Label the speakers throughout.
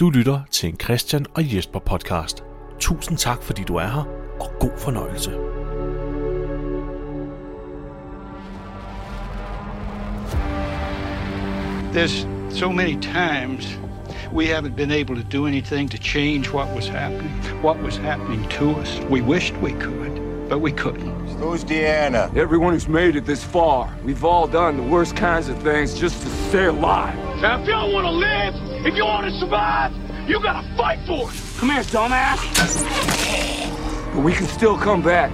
Speaker 1: Du lytter til en Christian og Jesper podcast. Tusind tak, fordi du er her, og god fornøjelse.
Speaker 2: There's so many times we haven't been able to do anything to change what was happening, what was happening to us. We wished we could, but we couldn't.
Speaker 3: Who's Deanna?
Speaker 4: Everyone who's made it this far, we've all done the worst kinds of things just to stay alive.
Speaker 5: Now, if y'all want to live, if you want to survive, you gotta fight for it.
Speaker 4: Come here, dumbass. But we can still come back.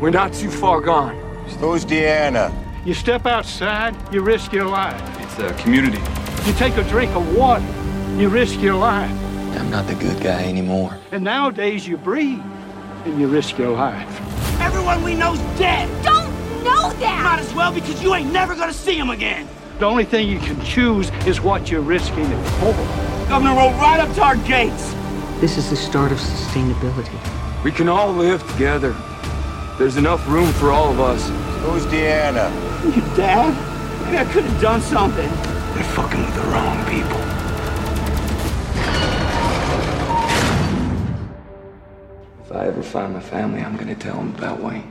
Speaker 4: We're not too far gone.
Speaker 3: Who's Deanna?
Speaker 2: You step outside, you risk your life.
Speaker 4: It's a community.
Speaker 2: You take a drink of water, you risk your life.
Speaker 6: I'm not the good guy anymore.
Speaker 2: And nowadays you breathe and you risk your life.
Speaker 7: Everyone we know's dead.
Speaker 8: don't know that!
Speaker 7: Might as well because you ain't never gonna see him again.
Speaker 2: The only thing you can choose is what you're risking it for.
Speaker 7: Governor rolled right up to our gates.
Speaker 9: This is the start of sustainability.
Speaker 4: We can all live together. There's enough room for all of us.
Speaker 3: Who's Deanna?
Speaker 7: Your dad? Maybe I could have done something.
Speaker 2: They're fucking with the wrong people.
Speaker 4: If I ever find my family, I'm gonna tell them about Wayne.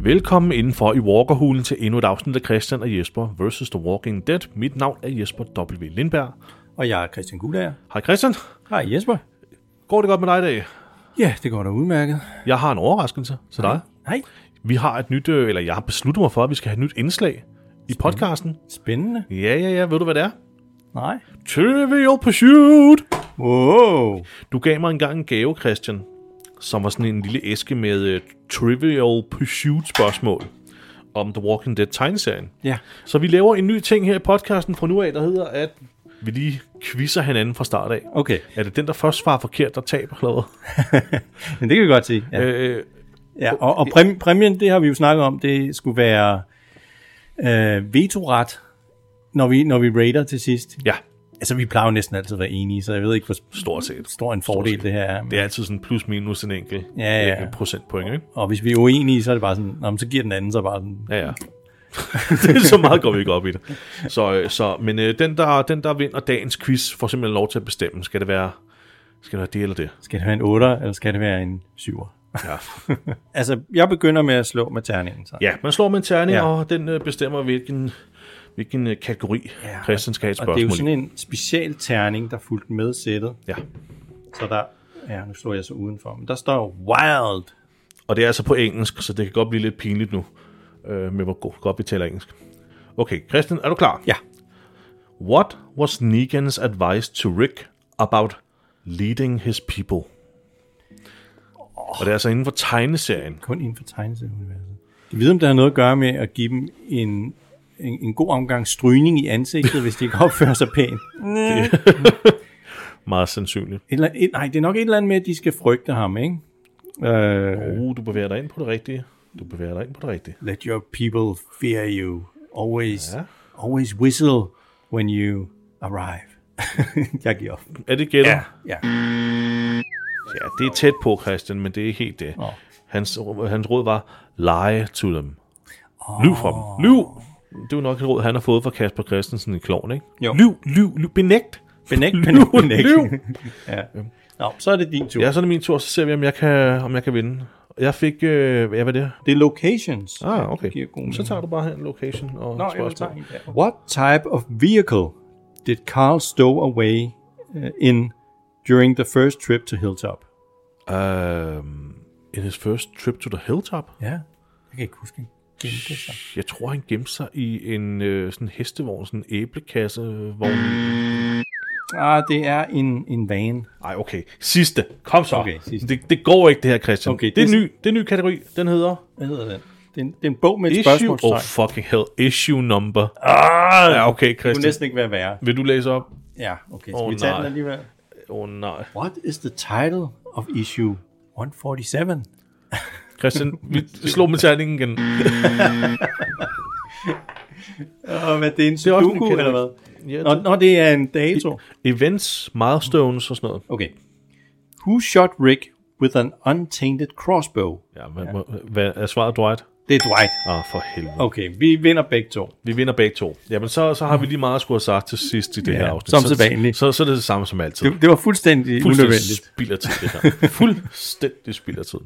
Speaker 1: Velkommen indenfor i Walkerhulen til endnu et afsnit af Christian og Jesper vs. The Walking Dead. Mit navn er Jesper W. Lindberg.
Speaker 10: Og jeg er Christian Gulager.
Speaker 1: Hej Christian.
Speaker 10: Hej Jesper.
Speaker 1: Går det godt med dig i dag?
Speaker 10: Ja, det går da udmærket.
Speaker 1: Jeg har en overraskelse til dig.
Speaker 10: Hej.
Speaker 1: Vi har et nyt, øh, eller jeg har besluttet mig for, at vi skal have et nyt indslag i podcasten.
Speaker 10: Spændende.
Speaker 1: Ja, ja, ja. Ved du, hvad det er?
Speaker 10: Nej.
Speaker 1: Trivial Pursuit!
Speaker 10: Wow.
Speaker 1: Du gav mig engang en gave, Christian, som var sådan en lille æske med øh, Trivial Pursuit-spørgsmål om The Walking Dead tegneserien.
Speaker 10: Ja.
Speaker 1: Så vi laver en ny ting her i podcasten fra nu af, der hedder, at vi lige quizzer hinanden fra start af.
Speaker 10: Okay,
Speaker 1: Er det den, der først svarer forkert, der taber klavet?
Speaker 10: men det kan vi godt se. Ja.
Speaker 1: Øh,
Speaker 10: Ja, og og præm, præmien, det har vi jo snakket om, det skulle være øh, vetoret, når vi, når vi raider til sidst.
Speaker 1: ja,
Speaker 10: Altså, vi plejer jo næsten altid at være enige, så jeg ved ikke, hvor
Speaker 1: stort set.
Speaker 10: stor en fordel det her er.
Speaker 1: Det er altid sådan plus minus en enkelt
Speaker 10: Ja, ja.
Speaker 1: enkelt procentpoint, ikke?
Speaker 10: Og hvis vi er uenige, så er det bare sådan, nå, men så giver den anden så bare sådan,
Speaker 1: Ja, ja. så meget går vi ikke op i det. Så, øh, så, men øh, den, der, den, der vinder dagens quiz, får simpelthen lov til at bestemme, skal det være, skal det, være det eller det?
Speaker 10: skal det være en 8 eller skal det være en 7
Speaker 1: Ja,
Speaker 10: Altså, jeg begynder med at slå med terningen, så.
Speaker 1: ja man slår med en terning, ja.
Speaker 10: Ja.
Speaker 1: og den øh, bestemmer, hvilken, hvilken øh, kategori ja, Christian skal have et
Speaker 10: Og det er
Speaker 1: spørgsmål
Speaker 10: jo
Speaker 1: i.
Speaker 10: sådan en special terning, der fulgte med sættet.
Speaker 1: Ja.
Speaker 10: Så der, ja, nu slår jeg så udenfor, men der står wild.
Speaker 1: Og det er altså på engelsk, så det kan godt blive lidt pinligt nu, øh, med hvor go- godt vi taler engelsk. Okay, Christian, er du klar?
Speaker 10: Ja.
Speaker 1: What was Negan's advice to Rick about leading his people? Og det er altså inden for tegneserien.
Speaker 10: Kun inden for tegneserieuniverset. Jeg ved, om det har noget at gøre med at give dem en, en, en god omgang strygning i ansigtet, hvis de ikke opfører sig pænt.
Speaker 1: Meget sandsynligt.
Speaker 10: Eller, et, nej, det er nok et eller andet med, at de skal frygte ham, ikke? Uh,
Speaker 1: Uh, du bevæger dig ind på det rigtige. Du bevæger dig ind på det rigtige.
Speaker 10: let your people fear you. Always,
Speaker 1: Ja.
Speaker 10: ja. always whistle when you arrive. jeg giver op.
Speaker 1: Er det gætter? Ja.
Speaker 10: Ja.
Speaker 1: ja. det er tæt på, Christian, men det er ikke helt det.
Speaker 10: Nå.
Speaker 1: Hans, hans råd var, lie to them. Lyv fra dem. Lyv! Det er jo nok et råd, han har fået fra Kasper Christensen i Kloven, ikke?
Speaker 10: Jo.
Speaker 1: Lyv, lyv, lyv. Benægt.
Speaker 10: Benægt,
Speaker 1: Lyv,
Speaker 10: benægt, benægt.
Speaker 1: lyv.
Speaker 10: ja. Nå, så er det din tur.
Speaker 1: Ja, så er det min tur, så ser vi, om jeg kan, om jeg kan vinde. Jeg fik, øh, hvad var det?
Speaker 10: Det er locations.
Speaker 1: Ah, okay.
Speaker 10: Det giver god
Speaker 1: Så tager du bare her en location og
Speaker 10: Nå, jeg
Speaker 1: spørgsmål.
Speaker 10: What type of vehicle did Carl stow away uh, in during the first trip to Hilltop?
Speaker 1: Øhm, in his first trip to the hilltop.
Speaker 10: Ja, jeg kan ikke huske. Gemte sig.
Speaker 1: Jeg tror, han gemte sig i en øh, sådan hestevogn, sådan en æblekassevogn.
Speaker 10: Ah, det er en, en van.
Speaker 1: Ej, okay. Sidste. Kom så.
Speaker 10: Okay, sidste.
Speaker 1: Det, det går ikke, det her, Christian.
Speaker 10: Okay,
Speaker 1: det, er
Speaker 10: det-
Speaker 1: ny, det er en ny kategori. Den hedder...
Speaker 10: Hvad hedder den? Det er en, det er en bog med et
Speaker 1: Issue... Oh,
Speaker 10: spørgsmålstegn.
Speaker 1: fucking hell. Issue number. Ah, ja, okay,
Speaker 10: det kunne
Speaker 1: Christian.
Speaker 10: næsten ikke være værre.
Speaker 1: Vil du læse op?
Speaker 10: Ja, okay. Skal
Speaker 1: Åh,
Speaker 10: oh, vi tage
Speaker 1: nej.
Speaker 10: den alligevel?
Speaker 1: Åh, oh, nej.
Speaker 10: What is the title of issue 147?
Speaker 1: Christian, vi slog med terningen igen.
Speaker 10: Og hvad, det er en
Speaker 1: er også en
Speaker 10: sudoku, eller hvad?
Speaker 1: Ja,
Speaker 10: Nå, nå, det er en dato.
Speaker 1: Events, milestones og sådan noget.
Speaker 10: Okay. Who shot Rick with an untainted crossbow?
Speaker 1: Ja, hvad, ja. hvad er svaret, Dwight?
Speaker 10: Det er Dwight.
Speaker 1: Ah, for helvede.
Speaker 10: Okay, vi vinder begge to.
Speaker 1: Vi vinder begge to. Jamen, så, så har vi lige meget at skulle have sagt til sidst i det
Speaker 10: Ja,
Speaker 1: her afsnit.
Speaker 10: som
Speaker 1: Så-
Speaker 10: sædvanligt.
Speaker 1: Så, så, så er det det samme som altid.
Speaker 10: Det, det var fuldstændig,
Speaker 1: Fuldstændig
Speaker 10: unødvendigt.
Speaker 1: spild af tid, det her. Fuldstændig spild af tid.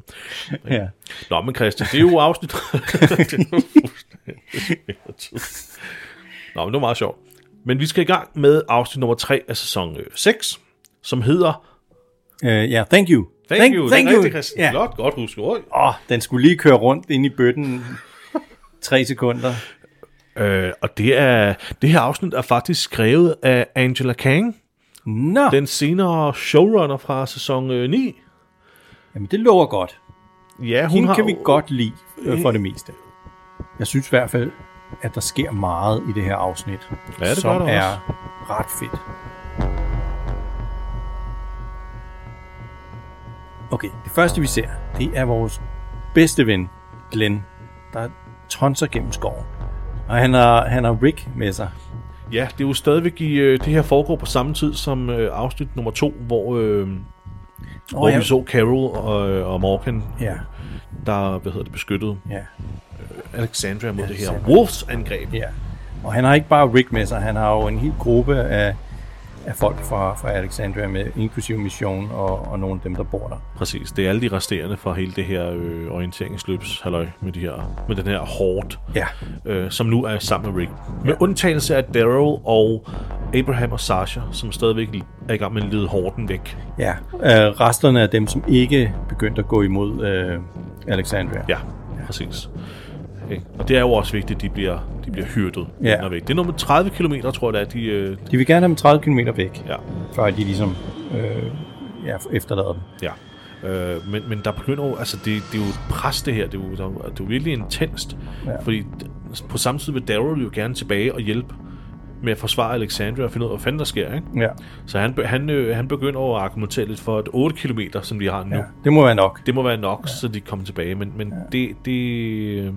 Speaker 10: Ja.
Speaker 1: Nå, men Christian, det er jo afsnit. det er jo fuldstændig spild af tid. Nå, men det var meget sjovt. Men vi skal i gang med afsnit nummer 3 af sæson 6, som hedder...
Speaker 10: Uh, yeah, thank you.
Speaker 1: Thank, you,
Speaker 10: thank
Speaker 1: den
Speaker 10: you.
Speaker 1: rigtige, Christian.
Speaker 10: Ja.
Speaker 1: Flot, godt husket. Oj.
Speaker 10: Åh, den skulle lige køre rundt ind i bøtten. Tre sekunder.
Speaker 1: Øh, og det, er, det her afsnit er faktisk skrevet af Angela Kang,
Speaker 10: Nå, den.
Speaker 1: den senere showrunner fra sæson øh, 9.
Speaker 10: Jamen, det lover godt.
Speaker 1: Ja, hun
Speaker 10: Hende
Speaker 1: har
Speaker 10: kan vi
Speaker 1: jo-
Speaker 10: godt lide øh, for det meste. Jeg synes i hvert fald, at der sker meget i det her afsnit,
Speaker 1: Ja, det gør
Speaker 10: som
Speaker 1: der også.
Speaker 10: er ret fedt. Okay, det første vi ser, det er vores bedste ven, Glenn, der tonser gennem skoven. Og han har, han har Rick med sig.
Speaker 1: Ja, det er jo stadigvæk i øh, det her foregår på samme tid som øh, afsnit nummer to, hvor, øh, hvor
Speaker 10: ja.
Speaker 1: vi så Carol og, øh, og Morgan,
Speaker 10: Ja,
Speaker 1: der hvad hedder det, beskyttede
Speaker 10: ja,
Speaker 1: Alexandria mod det her
Speaker 10: Alexandria.
Speaker 1: Wolves-angreb.
Speaker 10: ja. Og han har ikke bare Rick med sig, han har jo en hel gruppe af, af folk fra, fra Alexandria med, inklusive Mission og, og nogle af dem, der bor der.
Speaker 1: Præcis, det er alle de resterende fra hele det her øh, orienteringsløbs halløj med, de her, med den her hårdt,
Speaker 10: Ja.
Speaker 1: øh, som nu er sammen med Rick. Med undtagelse af Daryl og Abraham og Sasha, som stadigvæk er i gang med at lede hården væk.
Speaker 10: Ja, øh, resterne af dem, som ikke begyndte at gå imod øh, Alexandria.
Speaker 1: Ja, præcis. Ikke? Og det er jo også vigtigt, at de bliver, de bliver hyrdet.
Speaker 10: Ja.
Speaker 1: længere væk. Det er nummer 30 km, tror jeg, det er. De, øh,
Speaker 10: De vil gerne have dem 30 km væk,
Speaker 1: ja,
Speaker 10: før de ligesom øh, ja, efterlader dem.
Speaker 1: ja. Øh, men, men der begynder jo, altså det, det er jo et pres det her, det er jo, der, det er jo virkelig intenst, ja. fordi d- altså, på samme tid vil Daryl jo gerne tilbage og hjælpe med at forsvare Alexandria og finde ud af, hvad fanden der sker, ikke?
Speaker 10: Ja.
Speaker 1: Så han, be- han, øh, han begynder over at argumentere lidt for, at 8 km, som de har nu,
Speaker 10: ja, det må være nok.
Speaker 1: det må være nok, ja. så de kommer tilbage. Men, men ja. det, det, øh,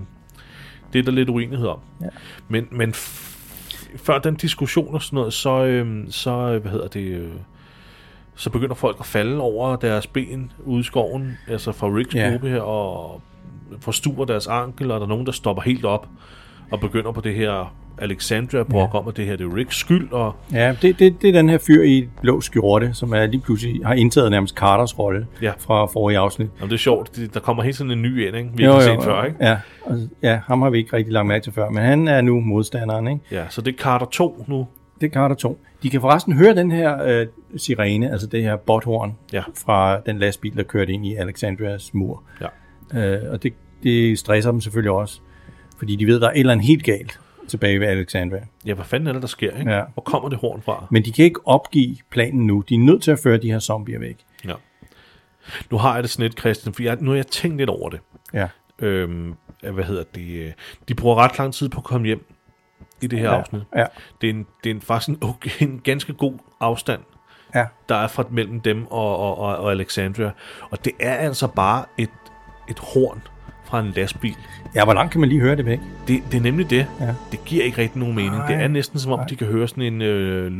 Speaker 1: det er der lidt uenighed om. Ja. Men, men f- før den diskussion og sådan noget, så, øh, så øh, hvad hedder det... Øh, så begynder folk at falde over deres ben ude i skoven, altså fra Ricks
Speaker 10: Ja.
Speaker 1: ja. gruppe her, og forstuer deres ankel, og der er nogen, der stopper helt op og begynder på det her Alexandria-brok ja. om, at det her det er Ricks skyld, og
Speaker 10: Ja, det, det, det er den her fyr i blå skjorte, som er lige pludselig har indtaget nærmest Carters rolle
Speaker 1: Ja.
Speaker 10: fra forrige afsnit.
Speaker 1: jamen, det er sjovt, det, der kommer helt sådan en ny ind, ikke? vi har ikke set før, ikke?
Speaker 10: Ja, og, ja, ham har vi ikke rigtig lagt mærke til før, men han er nu modstanderen, ikke?
Speaker 1: Ja, så det er Carter 2 nu,
Speaker 10: Det er Carter 2. De kan forresten høre den her øh, sirene, altså det her botthorn
Speaker 1: Ja.
Speaker 10: fra den lastbil, der kørte ind i Alexandrias mur.
Speaker 1: Ja.
Speaker 10: Øh, og det, det stresser dem selvfølgelig også, fordi de ved, der er et eller andet helt galt tilbage ved Alexandria.
Speaker 1: Ja, hvad fanden er det, der sker, ikke?
Speaker 10: Ja.
Speaker 1: Hvor kommer det horn fra?
Speaker 10: Men de kan ikke opgive planen nu. De er nødt til at føre de her zombier væk.
Speaker 1: Ja. Nu har jeg det sådan lidt, Christian, for jeg, nu har jeg tænkt lidt over det.
Speaker 10: Ja.
Speaker 1: Øhm, at, hvad hedder det? øh, De bruger ret lang tid på at komme hjem i det her ja. afsnit.
Speaker 10: Ja.
Speaker 1: Det er, en, det er en, faktisk en, okay, en ganske god afstand,
Speaker 10: Ja.
Speaker 1: der er fra mellem dem og, og, og, og Alexandria. Og det er altså bare et, et horn fra en lastbil.
Speaker 10: ja, hvor langt kan man lige høre det væk?
Speaker 1: Det, det er nemlig det.
Speaker 10: Ja.
Speaker 1: Det giver ikke rigtig nogen mening. det er næsten som om, de kan høre sådan en øh,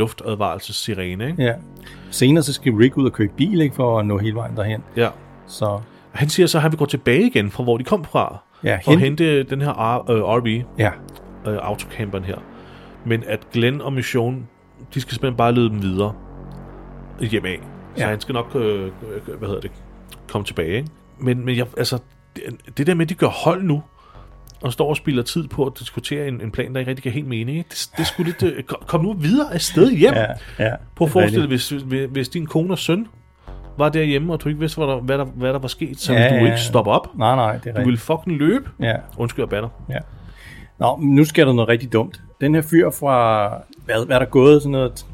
Speaker 1: luftadvarelses-sirene, ikke?
Speaker 10: Ja. Senere så skal Rick ud og køre bil ikke, for at nå hele vejen derhen.
Speaker 1: ja.
Speaker 10: Så
Speaker 1: Han siger så, at han vil gå tilbage igen fra, hvor de kom fra,
Speaker 10: Ja,
Speaker 1: og
Speaker 10: hen-
Speaker 1: hente den her R- øh, RV,
Speaker 10: ja,
Speaker 1: øh, autocamperen her. Men at Glenn og Mission, de skal simpelthen bare lede dem videre hjem af. Så
Speaker 10: Ja.
Speaker 1: ja. han skal nok, øh, øh, hvad hedder det, komme tilbage. Ikke? Men, men jeg, altså, det, det der med, at de gør hold nu, og står og spilder tid på at diskutere en, en plan, der ikke rigtig giver helt mening. Ikke? Det, det skulle lidt... Øh, kom- kom nu videre af sted hjem.
Speaker 10: ja, ja.
Speaker 1: Prøv at
Speaker 10: Det er
Speaker 1: forestille dig,
Speaker 10: rigtigt.
Speaker 1: hvis, hvis- hvis din kone og søn var derhjemme, og du ikke vidste, hvad der, hvad der, hvad der var sket, så
Speaker 10: Ja,
Speaker 1: ville du
Speaker 10: ja.
Speaker 1: ikke stoppe op.
Speaker 10: Nej, nej, det er
Speaker 1: Du ville
Speaker 10: rigtigt.
Speaker 1: fucking løbe.
Speaker 10: Ja.
Speaker 1: Undskyld, jeg banner.
Speaker 10: Ja. Nå, men nu sker der noget rigtig dumt. Den her fyr fra, hvad, hvad er der gået, sådan noget,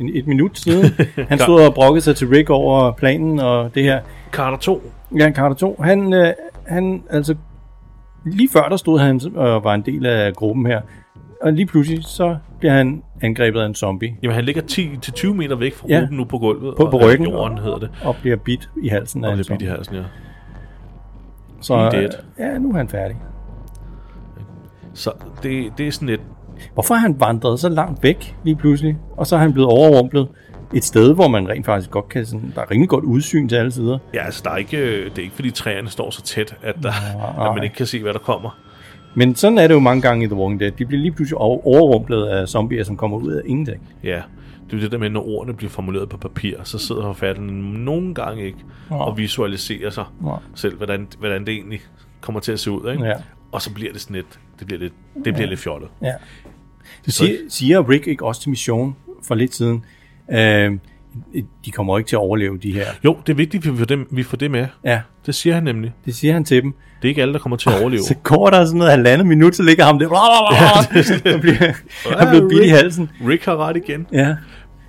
Speaker 10: en, et minut siden, han stod og brokkede sig til Rick over planen og det her.
Speaker 1: Carter 2.
Speaker 10: Jan Carter 2, han, øh, han altså, lige før der stod han og var en del af gruppen her, og lige pludselig så bliver han angrebet af en zombie
Speaker 1: Jamen, han ligger 10-20 meter væk fra
Speaker 10: Ja.
Speaker 1: ja. gruppen nu på gulvet.
Speaker 10: på,
Speaker 1: og-
Speaker 10: på
Speaker 1: eller
Speaker 10: ryggen,
Speaker 1: Jorden hedder det.
Speaker 10: og bliver bidt i halsen af
Speaker 1: Og
Speaker 10: en
Speaker 1: det er bidt i
Speaker 10: zombie.
Speaker 1: halsen, ja.
Speaker 10: Så
Speaker 1: He
Speaker 10: øh,
Speaker 1: dead.
Speaker 10: ja, nu er han færdig.
Speaker 1: Så det, det er sådan et...
Speaker 10: Hvorfor har han vandret så langt væk lige pludselig? Og så er han blevet overrumplet et sted, hvor man rent faktisk godt kan... Sådan, der er rimelig godt udsyn til alle sider.
Speaker 1: Ja, altså, der er ikke, øh, det er ikke, fordi træerne står så tæt, at, der, at man ikke kan se, hvad der kommer.
Speaker 10: Men sådan er det jo mange gange i The Walking Dead. De bliver lige pludselig over- overrumplet af zombier, som kommer ud af ingenting.
Speaker 1: Ja, det er jo det der med, når ordene bliver formuleret på papir, så sidder forfatteren nogle gange ikke
Speaker 10: Nå.
Speaker 1: og visualiserer sig
Speaker 10: Nå.
Speaker 1: selv, hvordan, hvordan det egentlig kommer til at se ud. Ikke?
Speaker 10: Ja.
Speaker 1: Og så bliver det sådan lidt, det bliver lidt, det bliver lidt fjollet.
Speaker 10: Ja. Det siger, siger Rick ikke også til Mission for lidt siden, øh, de kommer ikke til at overleve de her.
Speaker 1: Jo, det er vigtigt, at vi får det, vi får det med.
Speaker 10: Ja,
Speaker 1: Det siger han nemlig.
Speaker 10: det siger han til dem.
Speaker 1: Det er ikke alle, der kommer til at overleve.
Speaker 10: Så går der sådan noget halvandet minut, så ligger ham der. Han bliver, han bliver bidt i halsen.
Speaker 1: Rick har ret igen.
Speaker 10: Ja.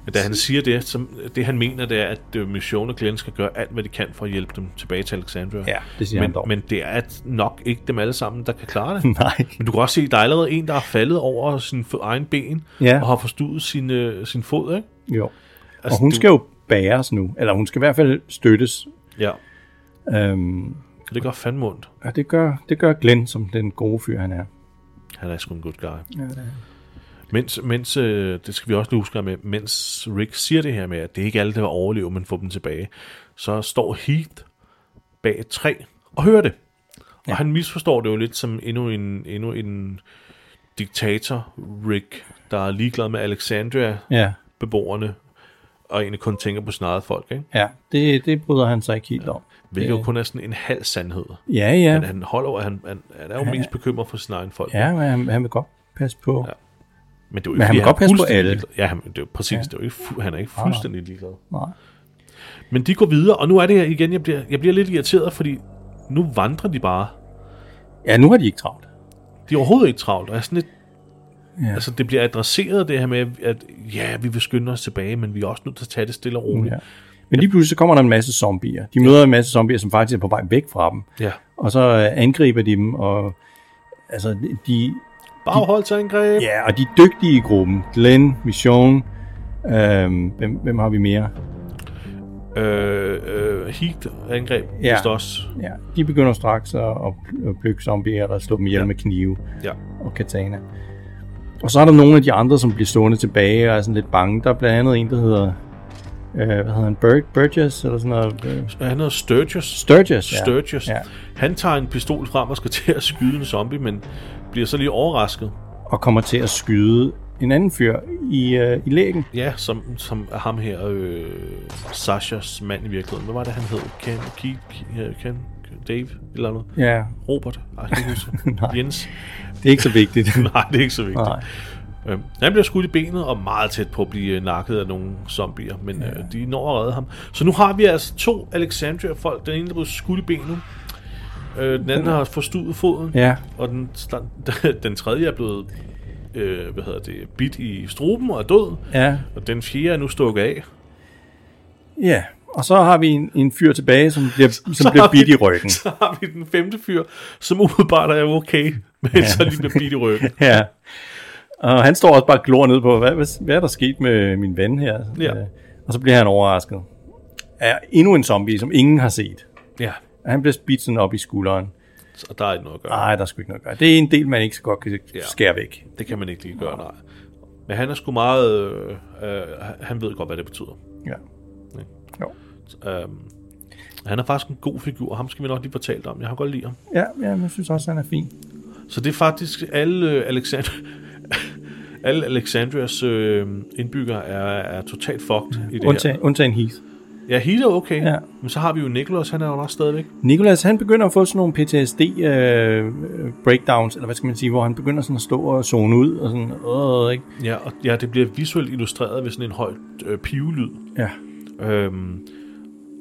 Speaker 1: Men da han siger det, så det han mener, det er, at øh, Mission og Glenn skal gøre alt, hvad de kan for at hjælpe dem tilbage til Alexandria.
Speaker 10: Ja, det siger
Speaker 1: men,
Speaker 10: han dog.
Speaker 1: Men det er nok ikke dem alle sammen, der kan klare det.
Speaker 10: Nej.
Speaker 1: Men du kan også se, at der er allerede en, der er faldet over sin f- egen ben,
Speaker 10: Ja.
Speaker 1: og har forstudet sin, øh, sin fod, ikke?
Speaker 10: Jo.
Speaker 1: Altså,
Speaker 10: og hun
Speaker 1: du-
Speaker 10: du... skal jo bæres nu, eller hun skal i hvert fald støttes.
Speaker 1: Ja.
Speaker 10: Øhm,
Speaker 1: Og det gør fandme ondt.
Speaker 10: og det gør, det gør Glenn, som den gode fyr han er.
Speaker 1: Han er sgu en god guy. Ja, mens, mens øh, det skal vi også lige huske med, mens Rick siger det her med, at det er ikke alle, der vil overleve, men får dem tilbage, så står Heath bag et træ og hører det. Og han misforstår det jo lidt som endnu en, endnu en diktator, Rick, der er ligeglad med
Speaker 10: Ja,
Speaker 1: Alexandria-beboerne, og egentlig kun tænker på sin eget folk, ikke?
Speaker 10: ja. Det, det bryder han sig ikke helt om. Øh,
Speaker 1: Hvilket jo kun er sådan en halv sandhed.
Speaker 10: Ja, ja.
Speaker 1: Men han holder over, han, han, han er jo mest bekymret for sin egen folk.
Speaker 10: Ja, men han, han vil godt passe på.
Speaker 1: Ja. Men, det er jo ikke,
Speaker 10: han
Speaker 1: fordi
Speaker 10: vil godt passe på
Speaker 1: fuldstændig
Speaker 10: alle.
Speaker 1: ligeglad. Ja, han, det er jo præcis. Ja. Det er jo ikke, fu- han er ikke fuldstændig ligeglad.
Speaker 10: Nej.
Speaker 1: Men de går videre, og nu er det her igen, jeg bliver, jeg bliver lidt irriteret, fordi nu vandrer de bare.
Speaker 10: Ja, nu har de ikke travlt.
Speaker 1: De er overhovedet ikke travlt, og er sådan lidt,
Speaker 10: Ja.
Speaker 1: Altså, det bliver adresseret det her med, at ja, vi vil skynde os tilbage, men vi er også nødt til at tage det stille og roligt.
Speaker 10: Ja. Men lige pludselig så kommer der en masse zombier. De møder en masse zombier, som faktisk er på vej væk fra dem.
Speaker 1: Ja.
Speaker 10: Og så øh, angriber de dem, og altså, de,
Speaker 1: Bagholdsangreb.
Speaker 10: ja, og de er dygtige i gruppen. Glenn, Mission, øhm, hvem, hvem har vi mere?
Speaker 1: Øh, øh, Heat-angreb,
Speaker 10: Ja.
Speaker 1: ja. også.
Speaker 10: Ja, de begynder straks at, at at plukke zombier og slå dem ihjel
Speaker 1: Ja.
Speaker 10: ja. med knive
Speaker 1: Ja.
Speaker 10: og katana. Og så er der nogle af de andre, som bliver stående tilbage og er sådan lidt bange. Der er blandt andet en, der hedder... Øh, hvad hedder han? Bur- Burgess? Eller sådan noget? Øh,
Speaker 1: Han hedder Sturgis.
Speaker 10: Sturgis. ja.
Speaker 1: Sturgis.
Speaker 10: Ja.
Speaker 1: Han tager en pistol frem og skal til at skyde en zombie, men bliver så lige overrasket.
Speaker 10: og kommer til at skyde en anden fyr i, øh, i lægen.
Speaker 1: Ja, som, som er ham her, øh, Sashas mand i virkeligheden. Hvad var det, han hed? Ken, Keith, Ke- Ken, Dave, et eller andet.
Speaker 10: Ja.
Speaker 1: Robert, Ej, jeg kan ikke huske.
Speaker 10: Nej.
Speaker 1: Jens.
Speaker 10: Det er ikke så vigtigt.
Speaker 1: Nej, det er ikke så vigtigt.
Speaker 10: Nej.
Speaker 1: Øhm, han bliver skudt i benet og meget tæt på at blive øh, nakket af nogle zombier, men ja. øh, de når at redde ham. Så nu har vi altså to Alexandria-folk. Den ene, der blev skudt i benet. Øh, den anden har forstudet foden.
Speaker 10: Ja.
Speaker 1: Og den, sta- den tredje er blevet øh, hvad hedder det, bit i struben og er død.
Speaker 10: Ja.
Speaker 1: Og den fjerde er nu stukket af.
Speaker 10: Ja. Og så har vi en, en fyr tilbage, som bliver, som
Speaker 1: Så
Speaker 10: bliver
Speaker 1: har vi-
Speaker 10: bidt i ryggen.
Speaker 1: Så har vi den femte fyr, som umiddelbart er okay, men ja. så lige bliver bidt i ryggen.
Speaker 10: Ja. Og han står også bare og glor ned på, hvad, hvad, hvad er der sket med min ven her?
Speaker 1: Ja.
Speaker 10: Øh, Og så bliver han overrasket. Er endnu en zombie, som ingen har set.
Speaker 1: Ja,
Speaker 10: Og Han bliver spidt sådan op i skulderen.
Speaker 1: så der er ikke noget at gøre.
Speaker 10: Nej, der er sgu ikke noget at gøre. Det er en del, man ikke så godt kan skære væk.
Speaker 1: Det kan man ikke lige gøre, nej. Men han er sgu meget... Øh, øh, han ved godt, hvad det betyder.
Speaker 10: Ja. Jo.
Speaker 1: Øhm, han er faktisk en god figur, og ham skal vi nok lige fortælle om. Jeg har godt lide ham.
Speaker 10: Ja, ja, men jeg synes også, han er fin.
Speaker 1: Så det er faktisk alle øh, Alexander... alle Alexandrias øh, indbyggere er, er totalt fucked i det
Speaker 10: Undtagen, undtagen Heath.
Speaker 1: her. Ja, Heath er okay,
Speaker 10: Ja.
Speaker 1: men så har vi jo Nicholas, han er jo også stadigvæk.
Speaker 10: Nikolas, han begynder at få sådan nogle PTSD-breakdowns, øh, eller hvad skal man sige, hvor han begynder sådan at stå og zone ud, og sådan, øh, ikke?
Speaker 1: Ja, og, ja, det bliver visuelt illustreret ved sådan en høj øh, pivelyd.
Speaker 10: Ja.
Speaker 1: Øhm,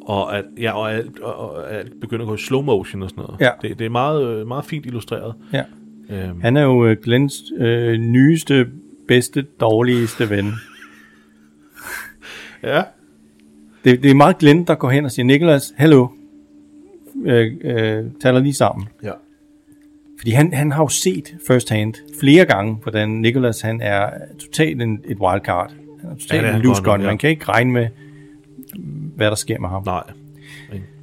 Speaker 1: og at, ja, og alt, og, og alt begynder at gå i slow motion og sådan noget.
Speaker 10: Ja.
Speaker 1: Det, det er meget, øh, meget fint illustreret.
Speaker 10: ja.
Speaker 1: Øhm,
Speaker 10: Han er jo øh, Glens øh, nyeste, bedste, dårligste ven.
Speaker 1: ja.
Speaker 10: Det, det er meget Glenn, der går hen og siger, Nikolas, hallo, øh, øh, taler lige sammen.
Speaker 1: ja.
Speaker 10: Fordi han, han har jo set first hand flere gange, hvordan Nikolas han er totalt en, et wildcard. Han er
Speaker 1: Ja, det
Speaker 10: totalt
Speaker 1: er
Speaker 10: ja, en
Speaker 1: han
Speaker 10: loose
Speaker 1: godt nok,
Speaker 10: gun.
Speaker 1: ja.
Speaker 10: Man kan ikke regne med, hvad der sker med ham.
Speaker 1: Nej.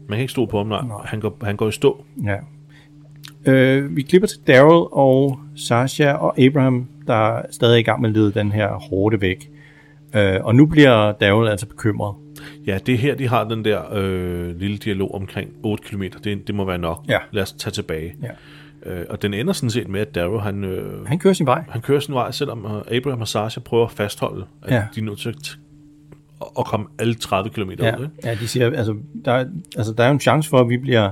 Speaker 1: Man kan ikke stå på ham, nej. nej. Han, går, han går i stå.
Speaker 10: Ja. Øh, vi klipper til Daryl og Sasha og Abraham, der er stadig i gang med at lede den her hårde væk. Øh, og nu bliver Daryl altså bekymret.
Speaker 1: Ja, det er her, de har den der øh, lille dialog omkring 8 km. Det, det må være nok.
Speaker 10: Ja.
Speaker 1: Lad os tage tilbage.
Speaker 10: Ja.
Speaker 1: Øh, og den ender sådan set med, at Daryl, han, øh,
Speaker 10: Han kører sin vej.
Speaker 1: han kører sin vej, selvom øh, Abraham og Sasha prøver at fastholde, at
Speaker 10: Ja.
Speaker 1: ja. de er nødt til at, at komme alle 30 km
Speaker 10: Ja,
Speaker 1: ja. ud. Ikke?
Speaker 10: ja de siger, altså der, er- altså, der er jo en chance for, at vi bliver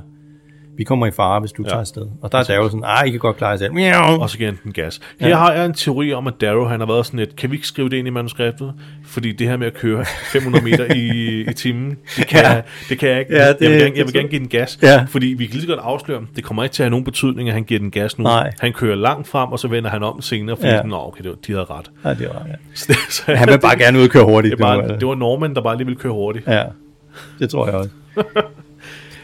Speaker 10: vi kommer i fare, hvis du ja. tager afsted. Og der er Daryl sådan, ah, I kan godt klare jer selv. Miau.
Speaker 1: Og så giver han den gas. Her ja. har jeg en teori om, at Darrow han har været sådan et, kan vi ikke skrive det ind i manuskriptet? Fordi det her med at køre 500 meter i, i timen, det kan, ja. det kan jeg ikke.
Speaker 10: Ja,
Speaker 1: Ja, det, jeg,
Speaker 10: det-
Speaker 1: vil gerne, jeg vil gerne give den gas.
Speaker 10: Ja.
Speaker 1: Fordi vi kan lige så godt afsløre, det kommer ikke til at have nogen betydning, at han giver den gas nu.
Speaker 10: Nej.
Speaker 1: Han kører langt frem, og så vender han om senere, fordi
Speaker 10: Ja.
Speaker 1: ja. Nå, okay, det var, de havde ret.
Speaker 10: Ja, det var, ja.
Speaker 1: Så, det- så,
Speaker 10: Han vil bare gerne ud og køre hurtigt.
Speaker 1: det, var
Speaker 10: nu, altså.
Speaker 1: bare, det var Norman, der bare lige ville køre hurtigt.
Speaker 10: Ja, det tror jeg også.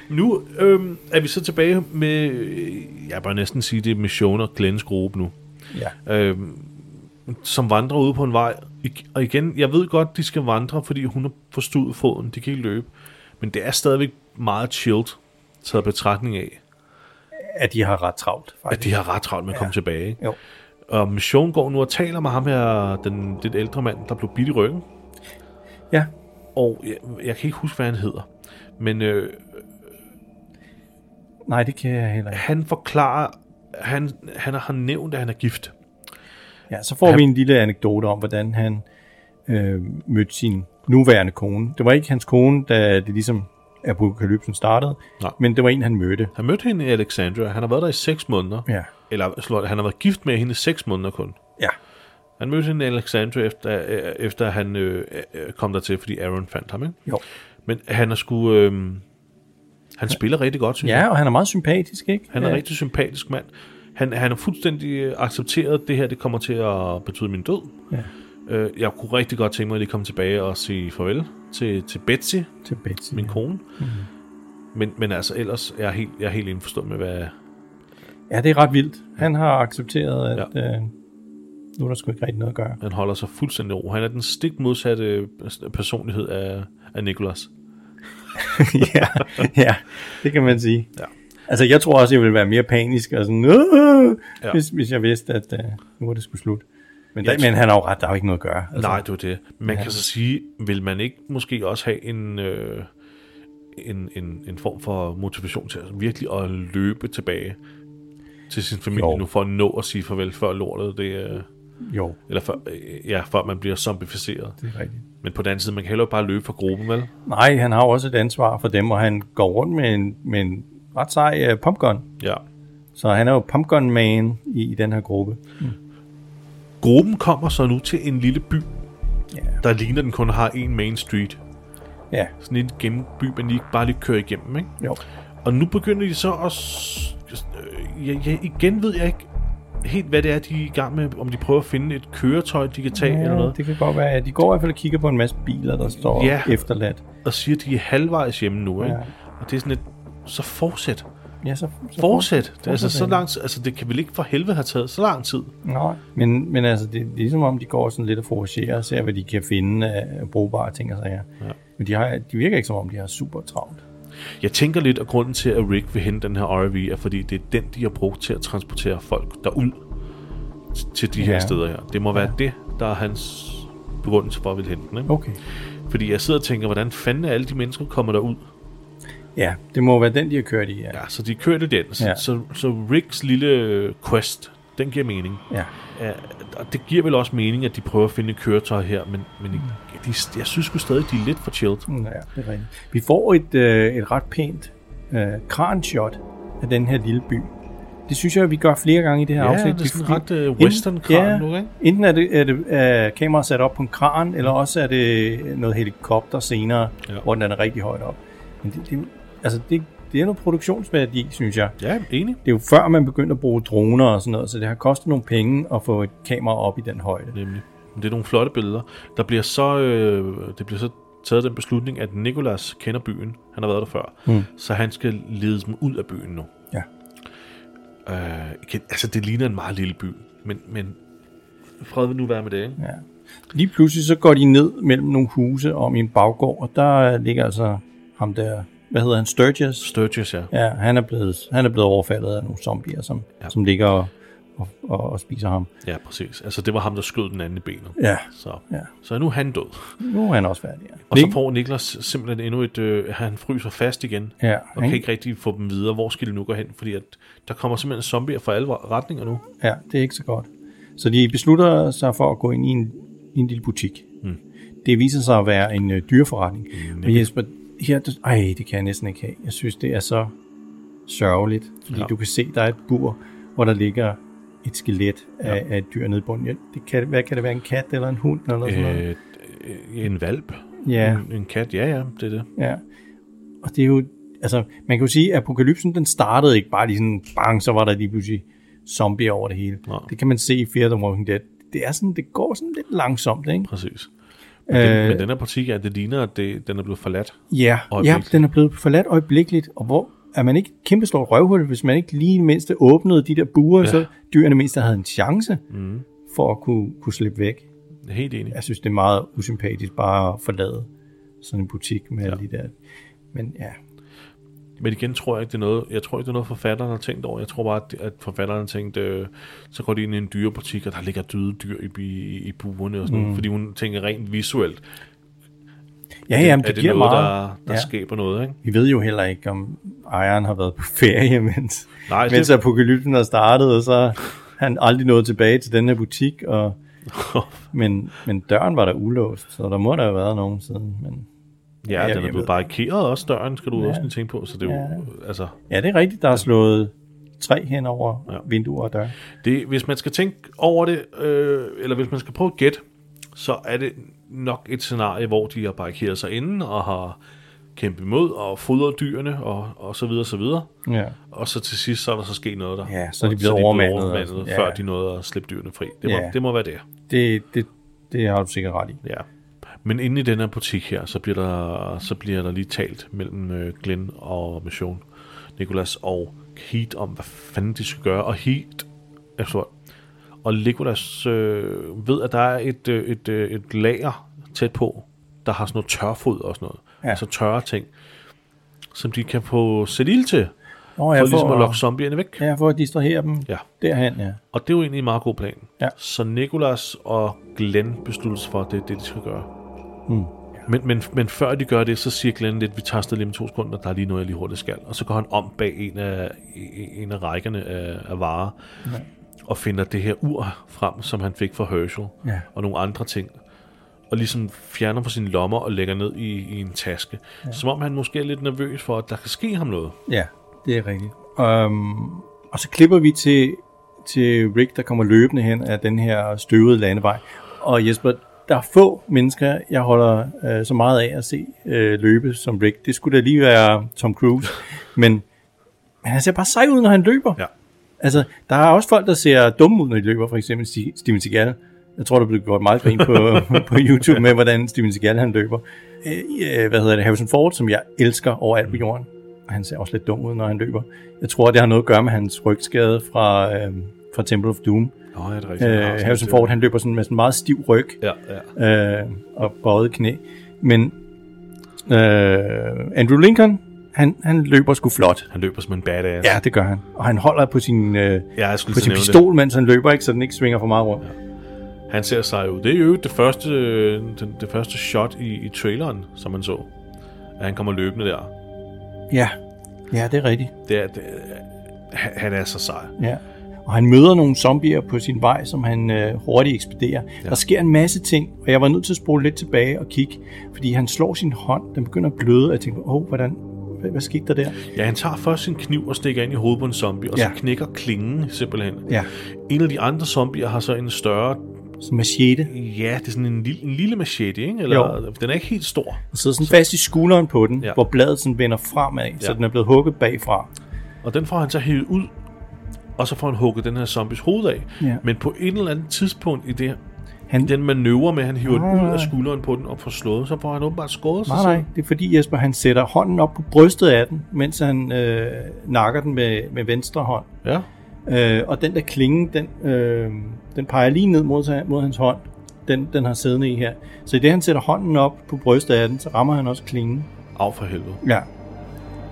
Speaker 1: Nu øhm, er vi så tilbage med, øh, jeg bør næsten sige, det er med Sean og Glens gruppe nu.
Speaker 10: Ja.
Speaker 1: øh, som vandrer ude på en vej. I- Og igen, jeg ved godt, de skal vandre, fordi hun har forstudet foden. De kan ikke løbe. Men det er stadigvæk meget chilled, taget i betragtning af,
Speaker 10: At de har ret travlt,
Speaker 1: at
Speaker 10: faktisk.
Speaker 1: de har ret travlt med at komme tilbage. ikke?
Speaker 10: Jo.
Speaker 1: Og Mission går nu og taler med ham her, den lidt ældre mand, der blev bidt i ryggen.
Speaker 10: Ja,
Speaker 1: Og jeg, jeg kan ikke huske, hvad han hedder. Men øh,
Speaker 10: nej, det kan jeg heller ikke.
Speaker 1: han forklarer, han, han har nævnt, at han er gift.
Speaker 10: Ja, så får
Speaker 1: Han-
Speaker 10: vi en lille anekdote om, hvordan han øh, mødte sin nuværende kone. Det var ikke hans kone, da det ligesom apokalypsen startede,
Speaker 1: Nej.
Speaker 10: men det var en, han mødte.
Speaker 1: Han mødte hende i Alexandria. Han har været der i 6 måneder.
Speaker 10: Ja.
Speaker 1: Eller slår, han har været gift med hende i 6 måneder kun.
Speaker 10: Ja,
Speaker 1: Han mødte hende i Alexandria, efter, øh, efter han øh, øh, kom dertil, fordi Aaron fandt ham. Ikke?
Speaker 10: jo.
Speaker 1: Men han er sgu... Øh, han spiller rigtig godt, synes jeg.
Speaker 10: Ja, og han er meget sympatisk, ikke?
Speaker 1: Han er en
Speaker 10: ja.
Speaker 1: rigtig sympatisk mand. Han, han har fuldstændig øh, accepteret, at det her det kommer til at betyde min død.
Speaker 10: Ja.
Speaker 1: Øh, jeg kunne rigtig godt tænke mig at lige komme tilbage og sige farvel til, til Betsy,
Speaker 10: til Betsy.
Speaker 1: min kone.
Speaker 10: Mhm.
Speaker 1: Mm-hmm. Men, men altså ellers, jeg er helt, jeg er helt indforstået med, hvad...
Speaker 10: Ja, det er ret vildt. Han har accepteret, at
Speaker 1: Ja.
Speaker 10: ja. øh, nu er der sgu ikke rigtig noget at gøre.
Speaker 1: Han holder sig fuldstændig ro. Han er den stik modsatte øh, personlighed af, af Nicholas.
Speaker 10: ja, ja, det kan man sige.
Speaker 1: Ja.
Speaker 10: Altså, jeg tror også, jeg ville være mere panisk og sådan, øh,
Speaker 1: Ja.
Speaker 10: ja. hvis, hvis jeg vidste, at øh, nu var det skulle slut. Men,
Speaker 1: Jeg
Speaker 10: der,
Speaker 1: tror-
Speaker 10: men han har jo ret, der er jo ikke noget at gøre. Altså,
Speaker 1: Nej, det er det. Man ja. kan så sige, vil man ikke måske også have en, øh, en, en, en form for motivation til at virkelig at løbe tilbage til sin familie
Speaker 10: Jo.
Speaker 1: jo. nu, for at nå at sige farvel, før lortet det, øh,
Speaker 10: Jo,
Speaker 1: eller før, øh, ja, før man bliver zombificeret.
Speaker 10: det er rigtigt.
Speaker 1: Men på den anden side, man kan heller ikke bare løbe fra gruppen, vel?
Speaker 10: Nej, han har jo også et ansvar for dem, og han går rundt med en, med en ret sej uh, pumpgun.
Speaker 1: Ja.
Speaker 10: Så han er jo pumpgun man i, i den her gruppe.
Speaker 1: Gruppen kommer så nu til en lille by,
Speaker 10: Ja.
Speaker 1: der ligner, den kun har en main street.
Speaker 10: Ja,
Speaker 1: Sådan en gennemby, man lige, bare lige kører igennem, ikke?
Speaker 10: jo.
Speaker 1: Og nu begynder de så også... Øh, jeg, jeg, igen ved jeg ikke helt, hvad det er, de er i gang med. Om de prøver at finde et køretøj, de kan tage ja, eller
Speaker 10: Ja,
Speaker 1: noget. Det...
Speaker 10: det kan godt være. De går i hvert fald og kigger på en masse biler, der står
Speaker 1: Ja.
Speaker 10: ja. efterladt.
Speaker 1: Og siger, at de er halvvejs hjemme nu. Ikke?
Speaker 10: Ja.
Speaker 1: Og det er sådan et... Så fortsæt.
Speaker 10: Ja, så, så
Speaker 1: Fortsæt. Det, er altså, så
Speaker 10: fortsæt.
Speaker 1: lang, tid- altså, det kan vel ikke for helvede have taget så lang tid.
Speaker 10: Nej, men, men altså, det, det er ligesom om, de går sådan lidt og foragerer og ser, hvad de kan finde af brugbare ting og sager. Ja. Men de, har, de virker ikke som om, de har super travlt.
Speaker 1: Jeg tænker lidt, at grunden til, at Rick vil hente den her RV, er fordi det er den, de har brugt til at transportere folk derud t- til de ja.
Speaker 10: Ja.
Speaker 1: her steder her. Det må være det, der er hans begrundelse for at ville hente den. Ikke?
Speaker 10: Okay.
Speaker 1: Fordi jeg sidder og tænker, hvordan fanden er alle de mennesker kommet derud?
Speaker 10: Ja, det må være den, de har kørt i. Ja.
Speaker 1: Ja, så de kørte den. Så,
Speaker 10: Ja.
Speaker 1: ja. så, så Ricks lille øh, quest, den giver mening.
Speaker 10: ja.
Speaker 1: Ja, og det giver vel også mening, at de prøver at finde et køretøj her, men, men i- de, jeg synes sgu stadig, de er lidt for chilled.
Speaker 10: Mm, ja det er rigtigt. Vi får et, øh, et ret pænt øh, kranshot af den her lille by. Det synes jeg, vi gør flere gange i det her
Speaker 1: Ja,
Speaker 10: afsnit.
Speaker 1: det er sådan
Speaker 10: fordi-
Speaker 1: ret, øh, western-kran
Speaker 10: ja,
Speaker 1: nu, ikke? Mm.
Speaker 10: Enten er, det, er, det, er kameraet sat op på en kran, eller også er det noget helikopter senere,
Speaker 1: Ja.
Speaker 10: ja. hvor den er rigtig højt op. Men det, det, altså det, det er noget produktionsværdi, synes jeg.
Speaker 1: Ja, enig.
Speaker 10: Det er jo før, man begyndte at bruge droner og sådan noget, så det har kostet nogle penge at få et kamera op i den højde.
Speaker 1: Nemlig. Men Det er nogle flotte billeder. Der bliver så, øh, det bliver så taget den beslutning, at Nikolas kender byen. Han har været der før. Mm. Så han skal lede dem ud af byen nu.
Speaker 10: Ja.
Speaker 1: Øh, igen, altså, det ligner en meget lille by. Men, men fred vil nu være med det, ikke?
Speaker 10: Ja. Lige pludselig så går de ned mellem nogle huse om i en baggård, og der ligger altså ham der, hvad hedder han, Sturgis?
Speaker 1: Sturgis, ja.
Speaker 10: Ja, han er blevet, han er blevet overfaldet af nogle zombier, som, ja. som ligger og, og, og, og spiser ham.
Speaker 1: Ja, præcis. Altså, det var ham, der skød den anden i benet.
Speaker 10: Ja.
Speaker 1: Så,
Speaker 10: Ja.
Speaker 1: så nu er han død.
Speaker 10: Nu er han også færdig. Ja.
Speaker 1: Og så får Niklas simpelthen endnu et... Øh, han fryser fast igen,
Speaker 10: Ja,
Speaker 1: og kan
Speaker 10: ikke?
Speaker 1: ikke rigtig få dem videre. Hvor skal de nu gå hen? Fordi at der kommer simpelthen zombier fra alle retninger nu.
Speaker 10: Ja, det er ikke så godt. Så de beslutter sig for at gå ind i en, i en lille butik. Mm. Det viser sig at være en øh, dyreforretning. Mm, og Jesper, her, du, ej, det kan jeg næsten ikke have. Jeg synes, det er så sørgeligt, fordi ja. du kan se, der er et bur, hvor der ligger et skelet af, af et dyr nede i bunden. Ja, det kan, hvad kan det være, en kat eller en hund eller sådan noget?
Speaker 1: Øh, øh, en valp.
Speaker 10: Ja.
Speaker 1: En, en kat. Ja, ja, det er det.
Speaker 10: Ja. Og det er jo, altså, man kan jo sige, at apokalypsen, den startede ikke bare lige sådan, bang, så var der lige pludselig zombier over det hele.
Speaker 1: Nej.
Speaker 10: Det kan man se i Fear the Walking Dead. Det er sådan, det går sådan lidt langsomt, ikke?
Speaker 1: Præcis. Men, øh, den,
Speaker 10: Øh.
Speaker 1: men den her butik, ja, det ligner, at det, den er blevet forladt.
Speaker 10: Ja, ja,
Speaker 1: Øjeblikkeligt.
Speaker 10: den er blevet forladt øjeblikkeligt, og hvor er man ikke et kæmpestort røvhul, hvis man ikke lige i det mindste åbnede de der buer, ja. så dyrene i det mindste havde en chance mm. for at kunne, kunne slippe væk.
Speaker 1: Helt enig.
Speaker 10: Jeg synes, det er meget usympatisk bare at forlade sådan en butik med ja. alle de der... Men ja,
Speaker 1: Men igen tror jeg ikke, det er noget, jeg tror ikke, det er noget forfatteren har tænkt over. Jeg tror bare, at, at forfatteren har tænkt, øh, så går de ind i en dyrebutik, og der ligger døde dyr i, i, i buerne og sådan mm. Fordi hun tænker rent visuelt,
Speaker 10: ja jamen,
Speaker 1: er
Speaker 10: det,
Speaker 1: det
Speaker 10: giver
Speaker 1: noget,
Speaker 10: meget.
Speaker 1: der, der ja. skaber noget, ikke?
Speaker 10: Vi ved jo heller ikke, om ejeren har været på ferie, mens,
Speaker 1: Nej,
Speaker 10: Nej, mens
Speaker 1: det-
Speaker 10: det... apokalypsen er startet, og så er han aldrig nået tilbage til den her butik. Og, men, men døren var der ulåst, så der må der have været nogen siden. Men,
Speaker 1: Ja,
Speaker 10: Ja,
Speaker 1: ja den
Speaker 10: jeg
Speaker 1: er blevet
Speaker 10: ved.
Speaker 1: barrikeret også, døren skal du ja. også lige tænke på. Så det er jo, altså,
Speaker 10: ja, det er rigtigt, der er slået tre hen over ja. vinduer og dør.
Speaker 1: det, hvis man skal tænke over det, øh, eller hvis man skal prøve at gætte, så er det nok et scenarie, hvor de har barrikeret sig inden og har kæmpet imod og fodret dyrene og, og så videre, så videre.
Speaker 10: Ja.
Speaker 1: Og så til sidst, så er der så sket noget der.
Speaker 10: Ja, så er de blevet overmandet og sådan. Ja.
Speaker 1: før de nåede at slippe dyrene fri. Det må,
Speaker 10: Ja.
Speaker 1: det må være det.
Speaker 10: Det, det, det har du sikkert ret i.
Speaker 1: Ja. Men inde i den her butik her, så bliver der, så bliver der lige talt mellem øh, Glenn og Mission, Nicolas og Heat om, hvad fanden de skal gøre. Og Heat er sort. Og Nicolas øh, ved, at der er et, øh, et, øh, et lager tæt på, der har sådan noget tørfod og sådan noget. Ja.
Speaker 10: Ja.
Speaker 1: Altså tørre ting, som de kan få sæt ild til,
Speaker 10: Oh,
Speaker 1: for ligesom at lokke zombierne væk.
Speaker 10: ja, for at distrahere dem
Speaker 1: Ja.
Speaker 10: derhen, ja.
Speaker 1: Og det er jo egentlig en meget god plan.
Speaker 10: Ja.
Speaker 1: Så Nikolas og Glenn beslutter sig for, at det er det, de skal gøre. Mm. Men, men, men før de gør det, så siger Glenn lidt, vi tager afsted lige om to sekunder, der er lige noget, jeg lige hurtigt skal. Og så går han om bag en af, en af rækkerne af, af varer, ja. og finder det her ur frem, som han fik fra Herschel,
Speaker 10: Ja.
Speaker 1: og nogle andre ting. Og ligesom fjerner fra sine lommer og lægger ned i, i en taske. Ja. Som om han måske er lidt nervøs for, at der kan ske ham noget.
Speaker 10: Ja, det er rigtigt. Um, og så klipper vi til, til Rick, der kommer løbende hen af den her støvede landevej. Og Jesper, der er få mennesker, jeg holder øh, så meget af at se øh, løbe som Rick. Det skulle da lige være Tom Cruise. Men, men han ser bare sej ud, når han løber.
Speaker 1: Ja.
Speaker 10: Altså, der er også folk, der ser dumme ud, når de løber. For eksempel Sti- Steven Seagal. Jeg tror, der blev gjort meget grin på, på YouTube med, hvordan Steven Seagal han løber. Øh, øh, hvad hedder det? Harrison Ford, som jeg elsker overalt på jorden. Og han ser også lidt dum ud, når han løber. Jeg tror, det har noget at gøre med hans rygskade fra, øh, fra Temple of Doom.
Speaker 1: Nå, er det rigtigt?
Speaker 10: Øh,
Speaker 1: Han har sådan
Speaker 10: Harrison
Speaker 1: et-
Speaker 10: Ford, han løber sådan med sådan en meget stiv ryg
Speaker 1: Ja, ja.
Speaker 10: øh, og bøjet knæ. Men øh, Andrew Lincoln, han, han løber sgu flot.
Speaker 1: Han løber som en badass.
Speaker 10: Ja, det gør han. Og han holder på sin, øh,
Speaker 1: Ja, jeg skulle
Speaker 10: på
Speaker 1: til
Speaker 10: sin
Speaker 1: at nævne
Speaker 10: pistol, det. mens han løber, ikke, så den ikke svinger for meget rundt.
Speaker 1: Han ser sej ud. Det er jo det første, øh, det, det første shot i, i traileren, som man så. At han kommer løbende der.
Speaker 10: Ja, ja det er rigtigt.
Speaker 1: Det er, det, er- han han er så sej.
Speaker 10: Ja. Og han møder nogle zombier på sin vej, som han øh, hurtigt ekspederer. Ja. Der sker en masse ting, og jeg var nødt til at spole lidt tilbage og kigge, fordi han slår sin hånd, den begynder at bløde, og jeg tænker, åh, oh, hvordan, hvad, hvad skete der der?
Speaker 1: Ja, han tager først sin kniv og stikker ind i hovedet på en zombie, og ja.
Speaker 10: Ja.
Speaker 1: så knækker klingen simpelthen.
Speaker 10: Ja.
Speaker 1: En af de andre zombier har så en større,
Speaker 10: Som machete.
Speaker 1: ja, det er sådan en lille, en lille machete, ikke? Eller, jo. Den er ikke helt stor.
Speaker 10: Og sidder sådan fast i skulderen på den,
Speaker 1: Ja.
Speaker 10: ja. hvor bladet sådan vender fremad, ja.
Speaker 1: Ja.
Speaker 10: så den er blevet hugget bagfra.
Speaker 1: Og den får han så hævet ud, og så får han hugget den her zombies hoved af.
Speaker 10: Ja.
Speaker 1: Men på et eller andet tidspunkt i det,
Speaker 10: Han,
Speaker 1: den manøvre med, at han hiver den ud
Speaker 10: Ah.
Speaker 1: af skulderen på den og får slået, så får han åbenbart skåret sig
Speaker 10: Nej, nej, det er fordi Jesper, han sætter hånden op på brystet af den, mens han øh, nakker den med, med venstre hånd.
Speaker 1: selv. Ja.
Speaker 10: Øh, og den der klinge, den, øh, den peger lige ned mod, mod hans hånd. Den, den har siddende i her. Så i det, han sætter hånden op på brystet af den, så rammer han også klingen.
Speaker 1: Af for helvede.
Speaker 10: Ja.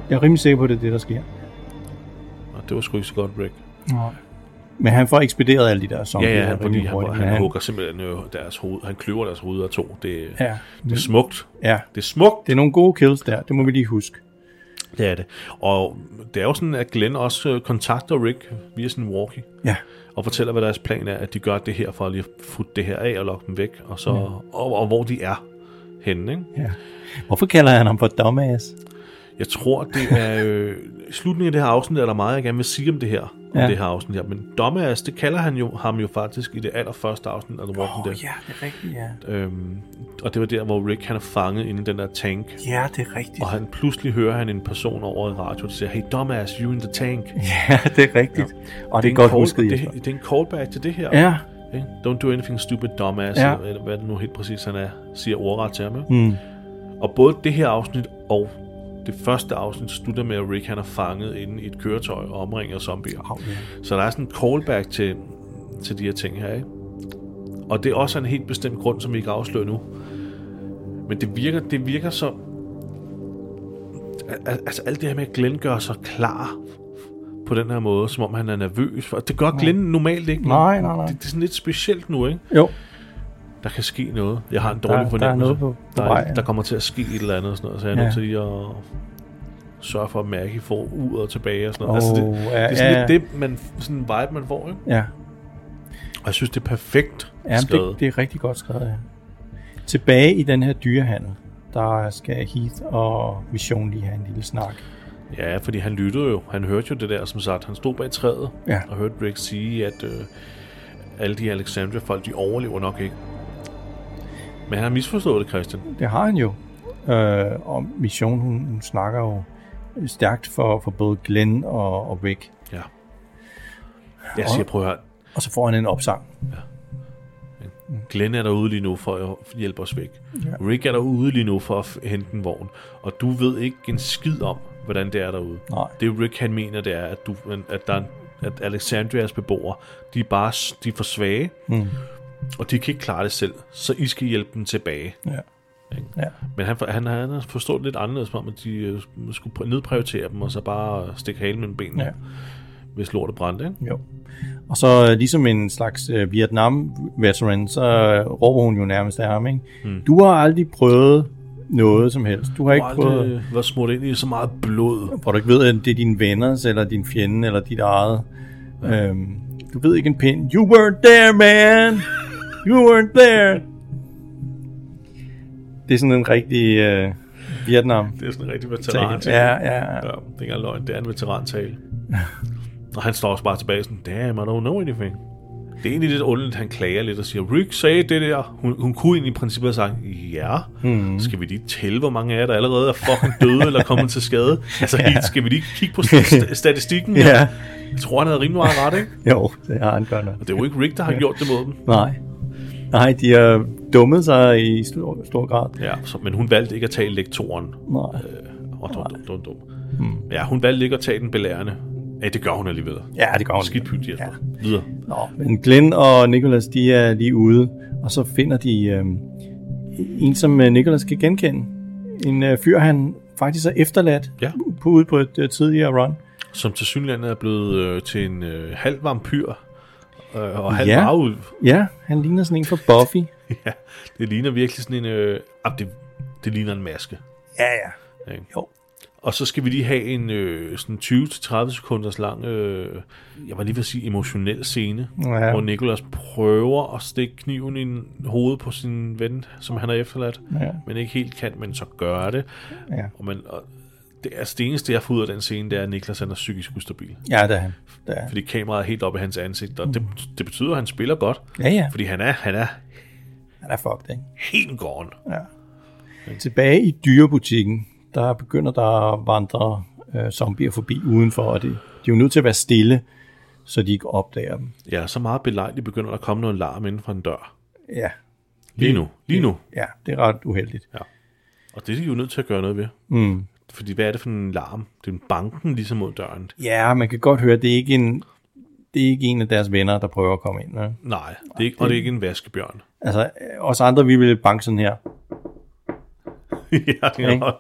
Speaker 10: Jeg er rimelig sikker på, at det er det, der sker.
Speaker 1: Og det var sgu ikke så godt, Rick.
Speaker 10: Nej. Men han får ekspederet alle de der zombier.
Speaker 1: Ja, ja, han,
Speaker 10: rimelig
Speaker 1: fordi han,
Speaker 10: hurtigt,
Speaker 1: han,
Speaker 10: men
Speaker 1: han hugger simpelthen øh, deres hoved, han kløver deres hoveder to. Det,
Speaker 10: Ja.
Speaker 1: det er smukt.
Speaker 10: Ja,
Speaker 1: Det er smukt.
Speaker 10: det er nogle gode kills der, det må vi lige huske.
Speaker 1: Det er det. Og det er jo sådan, at Glenn også øh, kontakter Rick via sin walkie
Speaker 10: Ja,
Speaker 1: og fortæller, hvad deres plan er, at de gør det her for lige at futte det her af og lokke dem væk, og, så, og, og hvor de er henne. Ikke?
Speaker 10: ja. Hvorfor kalder han ham for dumbass?
Speaker 1: Jeg tror, det er... Øh, i slutningen af det her afsnit er der meget, jeg gerne vil sige om det her. Om
Speaker 10: Ja.
Speaker 1: det her afsnit her. Men Dumbass, det kalder han jo, ham jo faktisk i det allerførste afsnit af The Walking Dead.
Speaker 10: det er rigtigt, ja.
Speaker 1: Øhm, og det var der, hvor Rick han er fanget inde i den der tank.
Speaker 10: Ja, det er rigtigt.
Speaker 1: Og han pludselig hører han en person over i radioen, der siger, hey dumbass, you in the tank. Det
Speaker 10: Ja, det er rigtigt. Ja. Og det, er
Speaker 1: en
Speaker 10: godt
Speaker 1: call-
Speaker 10: husket, Jesper.
Speaker 1: det, det, er en callback til det her.
Speaker 10: Ja,
Speaker 1: Ikke? Don't do anything stupid, dumbass.
Speaker 10: Ja.
Speaker 1: Ja. Eller hvad det nu helt præcis han er, siger ordret til ham. Mm. Og både det her afsnit og det første afsnit slutter med, at Rick han er fanget inde i et køretøj og omringer zombier.
Speaker 10: Au,
Speaker 1: Så der er sådan en callback til, til de her ting her. Ikke? Og det er også en helt bestemt grund, som vi ikke afslører nu. Men det virker, det virker som... al- al- Altså alt det her med, at Glenn gør sig klar på den her måde, som om han er nervøs. For. Det gør Glenn normalt ikke.
Speaker 10: Nej, nej, nej.
Speaker 1: Det, det er sådan lidt specielt nu, ikke?
Speaker 10: jo.
Speaker 1: der kan ske noget. Jeg har en
Speaker 10: der
Speaker 1: dårlig
Speaker 10: er
Speaker 1: fornemmelse.
Speaker 10: noget på- på
Speaker 1: der,
Speaker 10: vej, ja.
Speaker 1: der kommer til at ske et eller andet, og sådan noget, så jeg er
Speaker 10: Ja.
Speaker 1: nødt til lige at sørge for, at Maggie får uret tilbage og sådan noget.
Speaker 10: Åh,
Speaker 1: altså det,
Speaker 10: ja,
Speaker 1: det er sådan
Speaker 10: ja.
Speaker 1: lidt det, man, sådan en vibe, man får. Ikke?
Speaker 10: Ja,
Speaker 1: Og jeg synes, det er perfekt
Speaker 10: ja men
Speaker 1: skrevet.
Speaker 10: det, det er rigtig godt skrevet, ja. Tilbage i den her dyrehandel, der skal Heath og Mission lige have en lille snak.
Speaker 1: Ja, fordi han lyttede jo. Han hørte jo det der, som sagt. Han stod bag træet
Speaker 10: Ja.
Speaker 1: og hørte Rick sige, at øh, alle de Alexandria-folk, de overlever nok ikke. Men han har misforstået det, Christian.
Speaker 10: Det har han jo. Øh, og Mission, hun, hun snakker jo stærkt for, for både Glenn og, og Rick.
Speaker 1: Ja. Jeg siger, prøv at høre,
Speaker 10: Og så får han en opsang.
Speaker 1: Glenn er derude lige nu for at hjælpe os væk. Ja. Rick er derude lige nu for at f- hente en vogn. Og du ved ikke en skid om, hvordan det er derude.
Speaker 10: Nej.
Speaker 1: Det Rick han mener, det er, at, du, at, der, er en- at Alexandrias beboere, de er, bare, s- de er for svage. Mm. Og de kan ikke klare det selv. Så I skal hjælpe dem tilbage.
Speaker 10: Ja.
Speaker 1: Ikke?
Speaker 10: Ja.
Speaker 1: Men han, for- han, han har forstået det lidt anderledes, som om at de øh, skulle pr- nedprioritere dem, og så bare øh, stikke halen mellem benene,
Speaker 10: Ja.
Speaker 1: ja. hvis lortet brændte. Ikke?
Speaker 10: Jo. Og så øh, ligesom en slags øh, Vietnam-veteran, så øh, råber hun jo nærmest af ham, ikke? Mm. Du har aldrig prøvet noget som helst. Du har ikke
Speaker 1: Og
Speaker 10: prøvet...
Speaker 1: aldrig var smurt ind i så meget blod.
Speaker 10: Hvor du ikke ved, om det er dine venners, eller din fjende, eller dit eget. Ja. Øhm, du ved ikke en pind. You weren't there, man! You weren't there! Det er sådan en rigtig øh, Vietnam.
Speaker 1: Det er sådan en rigtig
Speaker 10: Ja,
Speaker 1: veteran
Speaker 10: ja, ja.
Speaker 1: Ja, det er ikke engang løgn. Det er en veterantale. og han står også bare tilbage sådan, damn, I don't know anything. Det er egentlig lidt underligt, han klager lidt og siger, Rick sagde det der. Hun, hun kunne egentlig i princippet have sagt, ja, mm. skal vi lige tælle, hvor mange af jer, der allerede er fucking døde eller kommet til skade? Altså, ja. skal vi lige kigge på st- statistikken?
Speaker 10: Ja.
Speaker 1: Jeg tror, han havde rimelig meget ret, ikke?
Speaker 10: Jo, det har han godt nok.
Speaker 1: Og det er jo ikke Rick, der har gjort det mod dem.
Speaker 10: Nej. Nej, de har dummet sig i stor, stor grad.
Speaker 1: Ja, så, men hun valgte ikke at tage lektoren. Øh,
Speaker 10: Nej.
Speaker 1: Og dum, dum, dum, dum. Ja, hun valgte ikke at tage den belærende. Ja, det gør hun alligevel.
Speaker 10: Ja, det gør hun.
Speaker 1: Skidt pyt, Jesper.
Speaker 10: Ja.
Speaker 1: Ja. Videre.
Speaker 10: Nå, men Glenn og Nicholas, de er lige ude, og så finder de øh, en, som øh, Nicholas kan genkende. En øh, fyr, han faktisk er efterladt
Speaker 1: Ja.
Speaker 10: på, ude på et øh, tidligere run.
Speaker 1: som til synligheden er blevet øh, til en øh, halv vampyr øh, og halv
Speaker 10: Ja.
Speaker 1: ja. varulv.
Speaker 10: Ja, han ligner sådan en fra Buffy.
Speaker 1: ja, det ligner virkelig sådan en... Øh, ah, det, det ligner en maske.
Speaker 10: ja, ja.
Speaker 1: Ikke?
Speaker 10: Jo.
Speaker 1: Og så skal vi lige have en øh, sådan 20-30 sekunders lang, øh, jeg var lige ved at sige emotionel scene,
Speaker 10: Ja.
Speaker 1: hvor Nicholas prøver at stikke kniven i en- hovedet på sin ven, som han har efterladt,
Speaker 10: Ja.
Speaker 1: men ikke helt kan, men så gør det.
Speaker 10: Ja.
Speaker 1: Og, man, og det, altså det eneste, jeg får ud af den scene, det er, at Niklas han er psykisk ustabil.
Speaker 10: Ja, det er han. Det er. han.
Speaker 1: fordi kameraet er helt oppe i hans ansigt, og det, det betyder, at han spiller godt,
Speaker 10: Mm. Ja, ja.
Speaker 1: fordi han er, han er
Speaker 10: Han er fucked, ikke?
Speaker 1: helt gone.
Speaker 10: Tilbage i dyrebutikken, der begynder der at vandre øh, zombier forbi udenfor, og det, de er jo nødt til at være stille, så de ikke opdager dem.
Speaker 1: Ja, så meget belejligt begynder der at komme noget larm inden for en dør.
Speaker 10: Ja,
Speaker 1: Lige nu, lige nu.
Speaker 10: ja det er ret uheldigt.
Speaker 1: Og det er de jo nødt til at gøre noget ved.
Speaker 10: Mm.
Speaker 1: Fordi hvad er det for en larm? Det er en banken ligesom mod døren.
Speaker 10: Ja, man kan godt høre, det er ikke en, det er ikke en af deres venner, der prøver at komme ind. Ne?
Speaker 1: Nej, det er ikke, og det er ikke en vaskebjørn.
Speaker 10: Altså, øh, os andre, vi ville banke sådan her.
Speaker 1: ja, det er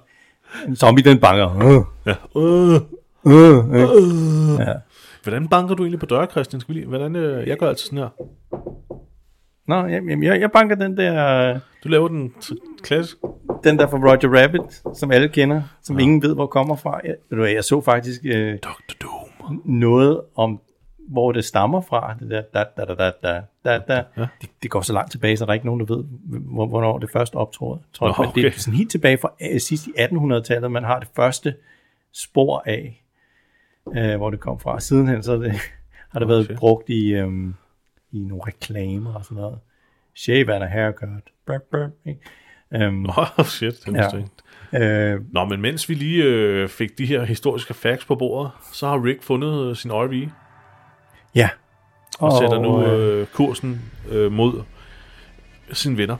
Speaker 10: En zombie, den banker. Øh.
Speaker 1: ja. Øh.
Speaker 10: Øh, øh. Ja.
Speaker 1: Hvordan banker du egentlig på døre, Christian? Skal vi lige, hvordan, øh, jeg gør altid sådan her.
Speaker 10: Nå, jamen, jeg, jeg banker den der,
Speaker 1: Du laver den t- klasse.
Speaker 10: den der fra Roger Rabbit, som alle kender, som ja. ingen ved, hvor kommer fra. Jeg, ved du hvad, jeg så faktisk øh,
Speaker 1: Dr. Doom.
Speaker 10: noget om, hvor det stammer fra. Det, der, da, da, da, da, da, da, da. Ja. Det, det går så langt tilbage, så der er ikke nogen, der ved, hvor- hvornår det første optrådte. Tror jeg.
Speaker 1: Nå,
Speaker 10: Men Det er
Speaker 1: okay.
Speaker 10: sådan helt tilbage fra øh, sidst i 1800-tallet, man har det første spor af, øh, hvor det kom fra. Sidenhen så er det, har det været
Speaker 1: shit.
Speaker 10: brugt i, øh, i nogle reklamer og sådan noget. Shave and a haircut. Brr, brr, ikke? Øhm,
Speaker 1: Åh, shit. Det
Speaker 10: Ja.
Speaker 1: ja.
Speaker 10: øh,
Speaker 1: Nå, men mens vi lige øh, fik de her historiske facts på bordet, så har Rick fundet øh, sin RV
Speaker 10: ja.
Speaker 1: og oh, sætter nu øh, kursen øh, mod sine venner.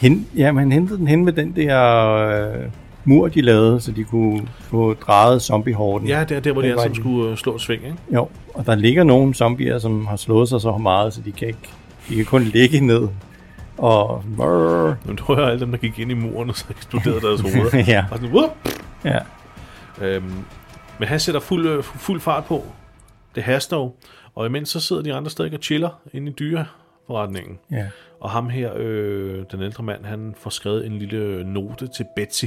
Speaker 10: Hen, ja, men han hentede den hen med den der øh, mur, de lavede, så de kunne få drejet zombiehorden.
Speaker 1: Ja, det er der, hvor de
Speaker 10: Den
Speaker 1: alle
Speaker 10: vej,
Speaker 1: sammen
Speaker 10: de-
Speaker 1: skulle øh, slå et sving, ikke?
Speaker 10: Jo, og der ligger nogle zombier, som har slået sig så meget, så de kan, ikke, de kan kun ligge ned. Og... Brrr,
Speaker 1: Jamen, du hører alle dem, der gik ind i muren, og så eksploderede deres hoveder.
Speaker 10: Ja.
Speaker 1: Og sådan, Wup!
Speaker 10: ja.
Speaker 1: Øhm, men han sætter fuld, øh, fu- fuld fart på. Det haster jo. Og imens så sidder de andre stadig og chiller inde i dyreforretningen.
Speaker 10: ja.
Speaker 1: Og ham her, øh, den ældre mand, han får skrevet en lille øh, note til Betsy.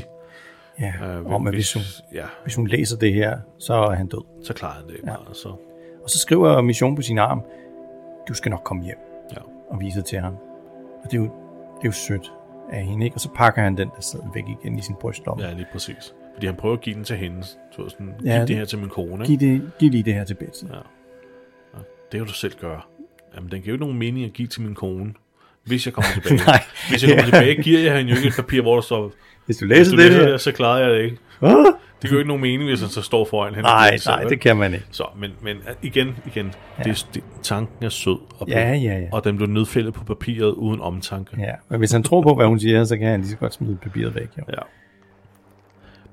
Speaker 10: ja.
Speaker 1: Øh,
Speaker 10: Om, at hvis, hun,
Speaker 1: Ja,
Speaker 10: hvis hun læser det her, så er han død.
Speaker 1: så klarer han det ikke ja. meget. Så.
Speaker 10: Og så skriver Mission på sin arm, du skal nok komme hjem,
Speaker 1: Ja.
Speaker 10: og viser til ham. Og det er jo, det er jo sødt af hende, ikke? Og så pakker han den der sædel væk igen i sin brystlomme.
Speaker 1: ja, lige præcis. Fordi han prøver at give den til hende. Så var sådan,
Speaker 10: Ja,
Speaker 1: ja, det
Speaker 10: det-
Speaker 1: her til min kone.
Speaker 10: Giv,
Speaker 1: Ikke?
Speaker 10: det, giv lige det her til Betsy. Ja.
Speaker 1: Det kan du selv gøre. Jamen, den giver jo ikke nogen mening at give til min kone. Hvis jeg kommer tilbage.
Speaker 10: Nej.
Speaker 1: Hvis jeg kommer
Speaker 10: Ja.
Speaker 1: tilbage, giver jeg hende jo ikke et papir, hvor der står,
Speaker 10: Hvis du
Speaker 1: hvis
Speaker 10: læser
Speaker 1: du
Speaker 10: det
Speaker 1: læser det,
Speaker 10: her...
Speaker 1: her, så klarer jeg det ikke.
Speaker 10: Ah!
Speaker 1: Det gør ikke nogen mening, hvis han så står foran hende.
Speaker 10: Nej,
Speaker 1: Så,
Speaker 10: nej,
Speaker 1: vel?
Speaker 10: det kan man ikke.
Speaker 1: Så, men, men igen, igen, ja. det, er- det, tanken er sød og,
Speaker 10: Ja, ja, ja.
Speaker 1: og den blev nedfældet på papiret uden omtanke.
Speaker 10: Ja, men hvis han tror på, hvad hun siger, så kan han lige så godt smide papiret væk. Jo.
Speaker 1: Ja.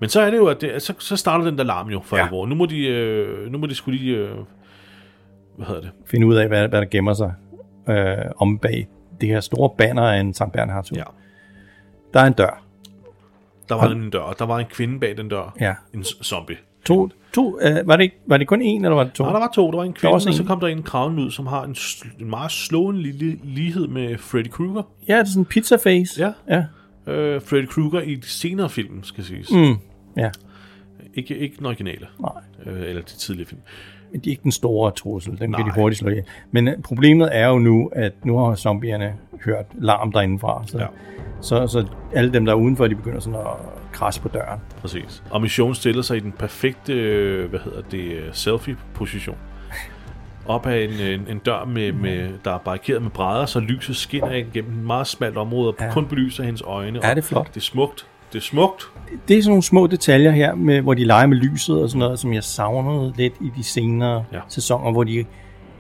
Speaker 1: Men så er det jo, at det, så, så starter den der larm jo for ja.
Speaker 10: Ja.
Speaker 1: alvor. Nu må de, øh, nu må de skulle lige, øh, hvad hedder det?
Speaker 10: Finde ud af, hvad, hvad der gemmer sig øh, om bag det her store banner af en Sankt Bernhards
Speaker 1: Ja.
Speaker 10: Der er en dør.
Speaker 1: Der var nemlig en dør, og der var en kvinde bag den dør.
Speaker 10: Ja.
Speaker 1: En z- zombie.
Speaker 10: To, to, øh, var, det ikke, var det kun en, eller var det to?
Speaker 1: Nej, der var to. Der var en kvinde,
Speaker 10: var
Speaker 1: og
Speaker 10: også
Speaker 1: så
Speaker 10: en.
Speaker 1: kom der en kravende ud, som har en, sl- en meget slående lille lighed med Freddy Krueger.
Speaker 10: Ja, det er sådan en pizza face.
Speaker 1: Ja.
Speaker 10: ja.
Speaker 1: Øh, Freddy Krueger i de senere film, skal siges.
Speaker 10: Mm. Ja,
Speaker 1: Ikke, ikke den originale.
Speaker 10: nej.
Speaker 1: Øh, eller de tidlige film.
Speaker 10: Men de er ikke den store trussel. Den kan de
Speaker 1: Nej.
Speaker 10: hurtigt slå ihjel. Men øh, problemet er jo nu, at nu har zombierne hørt larm derindefra. Så,
Speaker 1: Ja.
Speaker 10: så, så alle dem, der er udenfor, de begynder sådan at krasse på døren.
Speaker 1: Præcis. Og Mission stiller sig i den perfekte, øh, hvad hedder det, øh, selfie-position. Op af en, øh, en, en dør, med,
Speaker 10: Mhm.
Speaker 1: med, der er barrikeret med brædder, så lyset skinner ind gennem en meget smalt område, og ja. kun belyser hendes øjne.
Speaker 10: Ja,
Speaker 1: og
Speaker 10: det er flot.
Speaker 1: Det er smukt. Det er smukt.
Speaker 10: det er sådan nogle små detaljer her, med, hvor de leger med lyset og sådan noget, som jeg savnede lidt i de senere
Speaker 1: Ja.
Speaker 10: ja. sæsoner, hvor de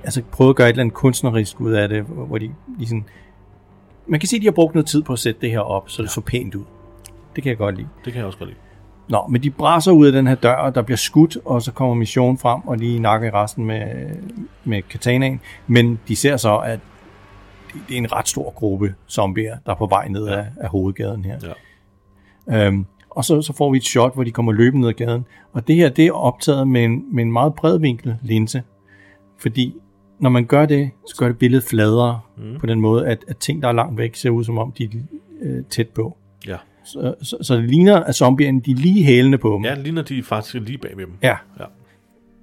Speaker 10: altså, prøvede at gøre et eller andet kunstnerisk ud af det, hvor hvor de, de sådan, man kan se, at de har brugt noget tid på at sætte det her op, så det så pænt ud. Det kan jeg godt lide.
Speaker 1: Det kan jeg også godt lide.
Speaker 10: Nå, men de braser ud af den her dør, og der bliver skudt, og så kommer missionen frem, og de nakker i resten med, med katanaen. Men de ser så, at det- det er en ret stor gruppe zombier, der er på vej ned af, af hovedgaden her. Ja. Øhm, og så, så får vi et shot, hvor de kommer løbende ned ad gaden. Og det her, det er optaget med en, med en meget bredvinkel linse. Fordi når man gør det, så gør det billedet fladere mm. på den måde, at, at ting, der er langt væk, ser ud som om, de er øh, tæt på.
Speaker 1: Ja.
Speaker 10: Så, Øh, så, så det ligner, at zombierne de er lige hælende på dem.
Speaker 1: Ja, lige når de er faktisk lige bag ved dem.
Speaker 10: ja.
Speaker 1: Ja.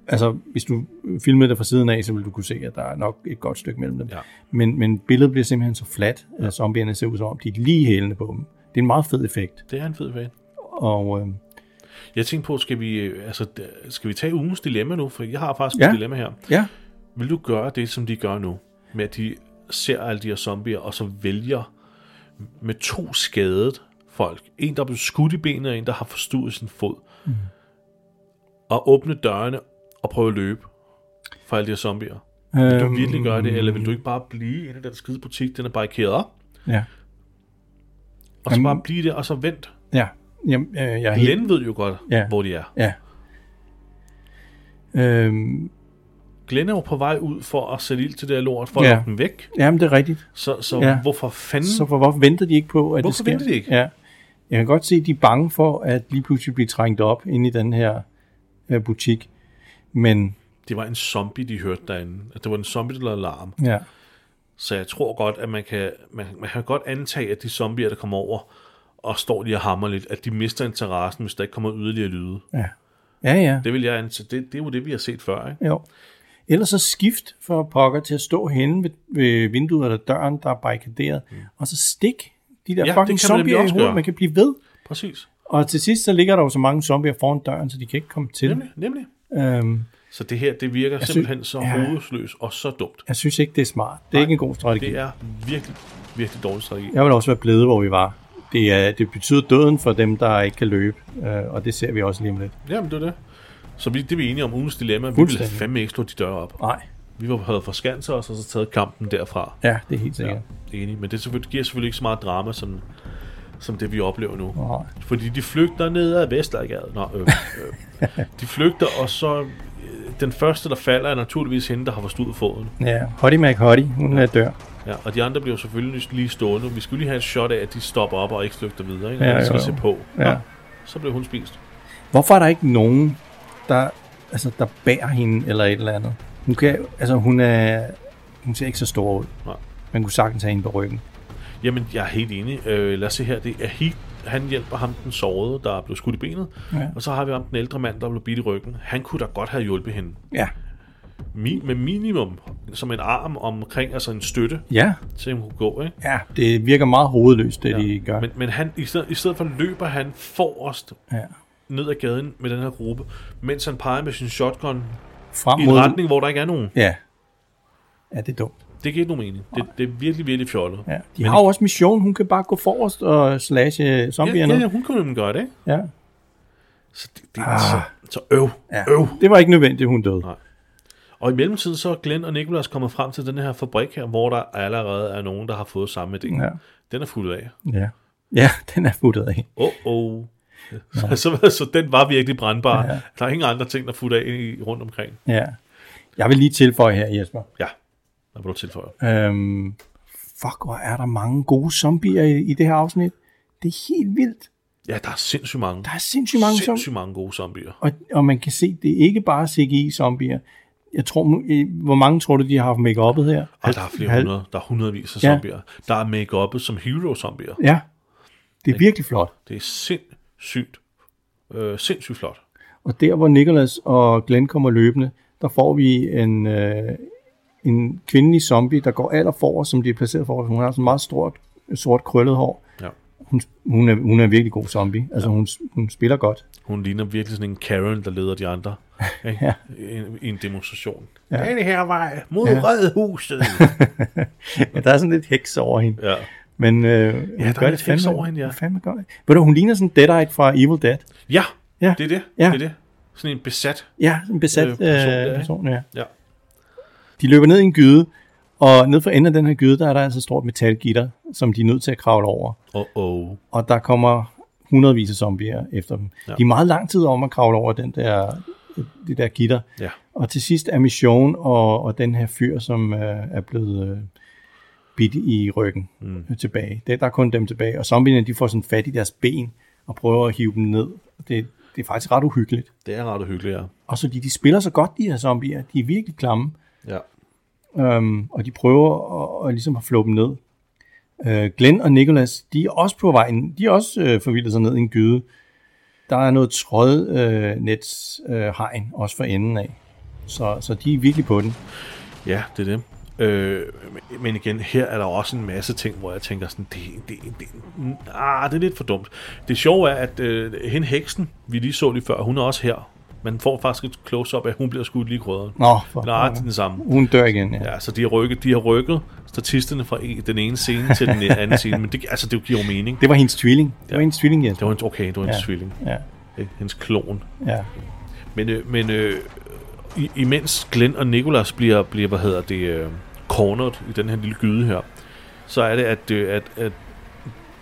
Speaker 10: Altså, hvis du filmede det fra siden af, så ville du kunne se, at der er nok et godt stykke mellem dem.
Speaker 1: Ja.
Speaker 10: Men, men billedet bliver simpelthen så fladt, at zombierne ser ud som om, de er lige hælende på dem. Det er en meget fed effekt.
Speaker 1: Det er en fed fan.
Speaker 10: Og øh,
Speaker 1: Jeg tænkte på, skal vi, øh, altså, d- skal vi tage ugens dilemma nu? For jeg har faktisk ja.
Speaker 10: Ja.
Speaker 1: et dilemma her.
Speaker 10: ja,
Speaker 1: Vil du gøre det, som de gør nu? Med at de ser alle de her zombier, og så vælger med to skadede folk. En, der er blevet skudt i benet, og en, der har forstuet sin fod. Mm.
Speaker 10: Mhm.
Speaker 1: Og åbne dørene og prøve at løbe for alle de her zombier. Vil
Speaker 10: Øhm,
Speaker 1: du virkelig gøre det, eller vil du ikke bare blive inde i den skide butik, den er barrikeret op?
Speaker 10: ja,
Speaker 1: Og så
Speaker 10: Jamen-
Speaker 1: bare blive der, og så vent.
Speaker 10: ja. Jamen, øh, jeg er helt,
Speaker 1: Len ved jo godt, ja.
Speaker 10: Ja.
Speaker 1: hvor de er.
Speaker 10: Ja. Øhm,
Speaker 1: Glenn er jo på vej ud for at sætte ild til det her lort, for at
Speaker 10: Ja.
Speaker 1: ja. dem væk.
Speaker 10: jamen, det er rigtigt.
Speaker 1: Så, så ja.
Speaker 10: Ja.
Speaker 1: hvorfor fanden?
Speaker 10: Så for, hvorfor venter de ikke på, at
Speaker 1: Hvorfor
Speaker 10: det sker?
Speaker 1: venter de ikke?
Speaker 10: Ja. Jeg kan godt se, at de er bange for at lige pludselig blive trængt op ind i den her øh, butik, men
Speaker 1: Det var en zombie, de hørte derinde. At det var en zombie, der lavede larm.
Speaker 10: ja,
Speaker 1: Så jeg tror godt, at man kan, man, man kan godt antage, at de zombier, der kommer over og står lige og hammer lidt, at de mister interessen, hvis der ikke kommer yderligere lyde.
Speaker 10: ja, ja, ja.
Speaker 1: Det vil jeg antage. Det, det er jo det, vi har set før, ikke?
Speaker 10: Jo. Ellers så skift for pokker til at stå henne ved, ved vinduet eller døren, der er barrikaderet, mm. og så stik de der
Speaker 1: Ja, det
Speaker 10: ja,
Speaker 1: kan man
Speaker 10: fucking
Speaker 1: nemlig
Speaker 10: zombier i
Speaker 1: også
Speaker 10: hovedet.
Speaker 1: gøre.
Speaker 10: Man kan blive ved.
Speaker 1: Præcis.
Speaker 10: Og til sidst så ligger der jo så mange zombier foran døren, så de kan ikke komme til.
Speaker 1: Nemlig, nemlig.
Speaker 10: Øhm,
Speaker 1: Så det her, det virker
Speaker 10: sy-
Speaker 1: simpelthen så
Speaker 10: Ja.
Speaker 1: hovedløst og så dumt.
Speaker 10: jeg synes ikke, det er smart. Det er ikke en god strategi.
Speaker 1: Det er virkelig, virkelig dårlig strategi.
Speaker 10: Jeg vil også være blevet, hvor vi var. Det, er, det betyder døden for dem, der ikke kan løbe, øh, og det ser vi også lige om lidt.
Speaker 1: Jamen, det er det. Så vi, det er vi enige om, ugens dilemma. Vi ville
Speaker 10: Fuldstændig.
Speaker 1: fandme ikke slå de døre op.
Speaker 10: Nej,
Speaker 1: Vi var, havde forskanset os, og så taget kampen derfra.
Speaker 10: ja, det er helt sikkert.
Speaker 1: Enig. Men det er selvfølgelig, giver selvfølgelig ikke så meget drama, som, som det vi oplever nu.
Speaker 10: Nej.
Speaker 1: Fordi de flygter ned ad Vestergade. Nå, øh, øh. De flygter, og så... øh, Den første, der falder, er naturligvis hende, der har forstået foden.
Speaker 10: Ja, Hottie Mac Hottie, hun er dør.
Speaker 1: Ja, og de andre bliver jo selvfølgelig lige stående. Vi skulle lige have et shot af, at de stopper op og ikke flygter videre. Ikke?
Speaker 10: Ja,
Speaker 1: Ja, skal
Speaker 10: jo, jo.
Speaker 1: se på.
Speaker 10: Ja.
Speaker 1: Nå, så blev hun spist.
Speaker 10: Hvorfor er der ikke nogen, der, altså, der bærer hende eller et eller andet? Hun, kan, altså, hun, er, hun ser ikke så stor ud.
Speaker 1: Nej.
Speaker 10: Man kunne sagtens have hende på ryggen.
Speaker 1: Jamen, jeg er helt enig. Øh, lad os se her. Det er Heat. Han hjælper ham, den sårede, der blev skudt i benet. Ja. Og så har vi ham, den ældre mand, der blev bidt i ryggen. Han kunne da godt have hjulpet hende.
Speaker 10: Ja.
Speaker 1: Mi- med minimum, som en arm omkring, altså en støtte,
Speaker 10: Ja,
Speaker 1: til hun kunne gå, ikke?
Speaker 10: ja. det virker meget hovedløst, det ja. de gør.
Speaker 1: Men, men han, i, stedet, i stedet for løber han forrest
Speaker 10: ja.
Speaker 1: ned ad gaden med den her gruppe, mens han peger med sin shotgun
Speaker 10: Frem
Speaker 1: i en retning, hvor der ikke er nogen.
Speaker 10: Ja. Ja, det er dumt.
Speaker 1: Det giver ikke nogen mening. Det, det er virkelig, virkelig fjollet.
Speaker 10: Ja. De har jo også mission. Hun kan bare gå forrest og slashe
Speaker 1: ja,
Speaker 10: zombierne.
Speaker 1: ja, ja, hun kunne nemlig gøre det, ikke?
Speaker 10: ja.
Speaker 1: Så, det, det, ah. så, så øv, ja. øv.
Speaker 10: Det var ikke nødvendigt, hun døde.
Speaker 1: Nej. Og i mellemtiden så er Glenn og Nicholas kommet frem til den her fabrik her, hvor der allerede er nogen, der har fået samme idé.
Speaker 10: Ja.
Speaker 1: Den er fuld af.
Speaker 10: Ja. Ja, den er futtet af.
Speaker 1: Åh, oh, oh. så, så, så den var virkelig brandbar. Ja. Der er ingen andre ting, der er fuldt af i, rundt omkring.
Speaker 10: Ja. Jeg vil lige tilføje her, Jesper.
Speaker 1: Ja, hvad vil du tilføje?
Speaker 10: Øhm, fuck, hvor er der mange gode zombier i, i det her afsnit. Det er helt vildt.
Speaker 1: Ja, der er sindssygt mange.
Speaker 10: Der er sindssygt mange zombier.
Speaker 1: sindssygt mange gode zombier.
Speaker 10: Og, og man kan se, det er ikke bare CGI-zombier. Jeg tror, mu- øh, hvor mange tror du, de har haft make her?
Speaker 1: Og der er flere
Speaker 10: Halv-
Speaker 1: hundrede. Der er hundredvis af
Speaker 10: Ja.
Speaker 1: zombier. Der er make som hero-zombier.
Speaker 10: Ja. Det er virkelig flot.
Speaker 1: Det er sindssygt, øh, sindssygt flot.
Speaker 10: Og der, hvor Nicholas og Glenn kommer løbende, der får vi en, øh, en kvindelig zombie, der går aller forrest, som de er placeret for. Hun har sådan meget stort, sort krøllet hår.
Speaker 1: Ja.
Speaker 10: Hun, hun, er, hun er en virkelig god zombie. Altså, hun, hun spiller godt.
Speaker 1: Hun ligner virkelig sådan en Karen, der leder de andre ikke?
Speaker 10: Ja.
Speaker 1: I, en- i en demonstration. Ja. Den her vej mod ja. Rødhuset.
Speaker 10: Ja, der er sådan lidt heks over hende.
Speaker 1: ja.
Speaker 10: Men øh, hun
Speaker 1: der er
Speaker 10: gør
Speaker 1: lidt
Speaker 10: det
Speaker 1: heks
Speaker 10: fandme,
Speaker 1: over hende, ja.
Speaker 10: Fandme godt. Ved du, hun ligner sådan Deadite fra Evil Dead.
Speaker 1: Ja,
Speaker 10: Ja.
Speaker 1: det er det.
Speaker 10: Ja.
Speaker 1: Det er det. Sådan en besat.
Speaker 10: Ja, en besat
Speaker 1: Øh,
Speaker 10: øh,
Speaker 1: person, der,
Speaker 10: person,
Speaker 1: ikke?
Speaker 10: øh, person ja.
Speaker 1: Ja.
Speaker 10: De løber ned i en gyde, og ned for enden af den her gyde, der er der altså et stort metalgitter, som de er nødt til at kravle over.
Speaker 1: Oh, oh.
Speaker 10: og der kommer hundredvis af zombier efter dem. Ja. De er meget lang tid om at kravle over den der, det der gitter.
Speaker 1: Ja.
Speaker 10: Og til sidst er Mission og, og den her fyr, som øh, er blevet øh, bidt i ryggen mm. tilbage. Det, der er kun dem tilbage. Og zombierne, de får sådan fat i deres ben og prøver at hive dem ned. Det, det er faktisk ret uhyggeligt.
Speaker 1: Det er ret hyggeligt, ja.
Speaker 10: Og så de, de spiller så godt, de her zombier. De er virkelig klamme.
Speaker 1: ja.
Speaker 10: Øhm, og de prøver at, at ligesom at flå dem ned. Øh, Glenn og Nicholas, de er også på vejen. De er også øh, forvildet sig ned i en gyde. Der er noget trådnetshegn øh, nets, øh, hegn også for enden af. Så, så de er virkelig på den.
Speaker 1: Ja, det er det. Øh, men- men igen, her er der også en masse ting, hvor jeg tænker sådan, det, det, det, mm, ah, det er lidt for dumt. Det sjove er, at øh, hende heksen, vi lige så lige før, hun er også her. Man får faktisk et close-up af, at hun bliver skudt lige i krydderen.
Speaker 10: Nå, for,
Speaker 1: Eller ret den samme.
Speaker 10: hun dør igen. Ja.
Speaker 1: Ja, så de har rykket, de har rykket statisterne fra en, den ene scene til den anden scene, men det, altså, det giver jo mening.
Speaker 10: Det var hendes tvilling. Det
Speaker 1: Ja.
Speaker 10: var hendes tvilling, Jens.
Speaker 1: Det var hendes, okay, det var hendes ja.
Speaker 10: Ja.
Speaker 1: tvilling.
Speaker 10: Ja,
Speaker 1: ikke? Hendes klon.
Speaker 10: ja.
Speaker 1: Men, øh, men øh, i- imens Glenn og Nicolas bliver, bliver hvad hedder det, øh, cornered i den her lille gyde her, så er det, at, øh, at, at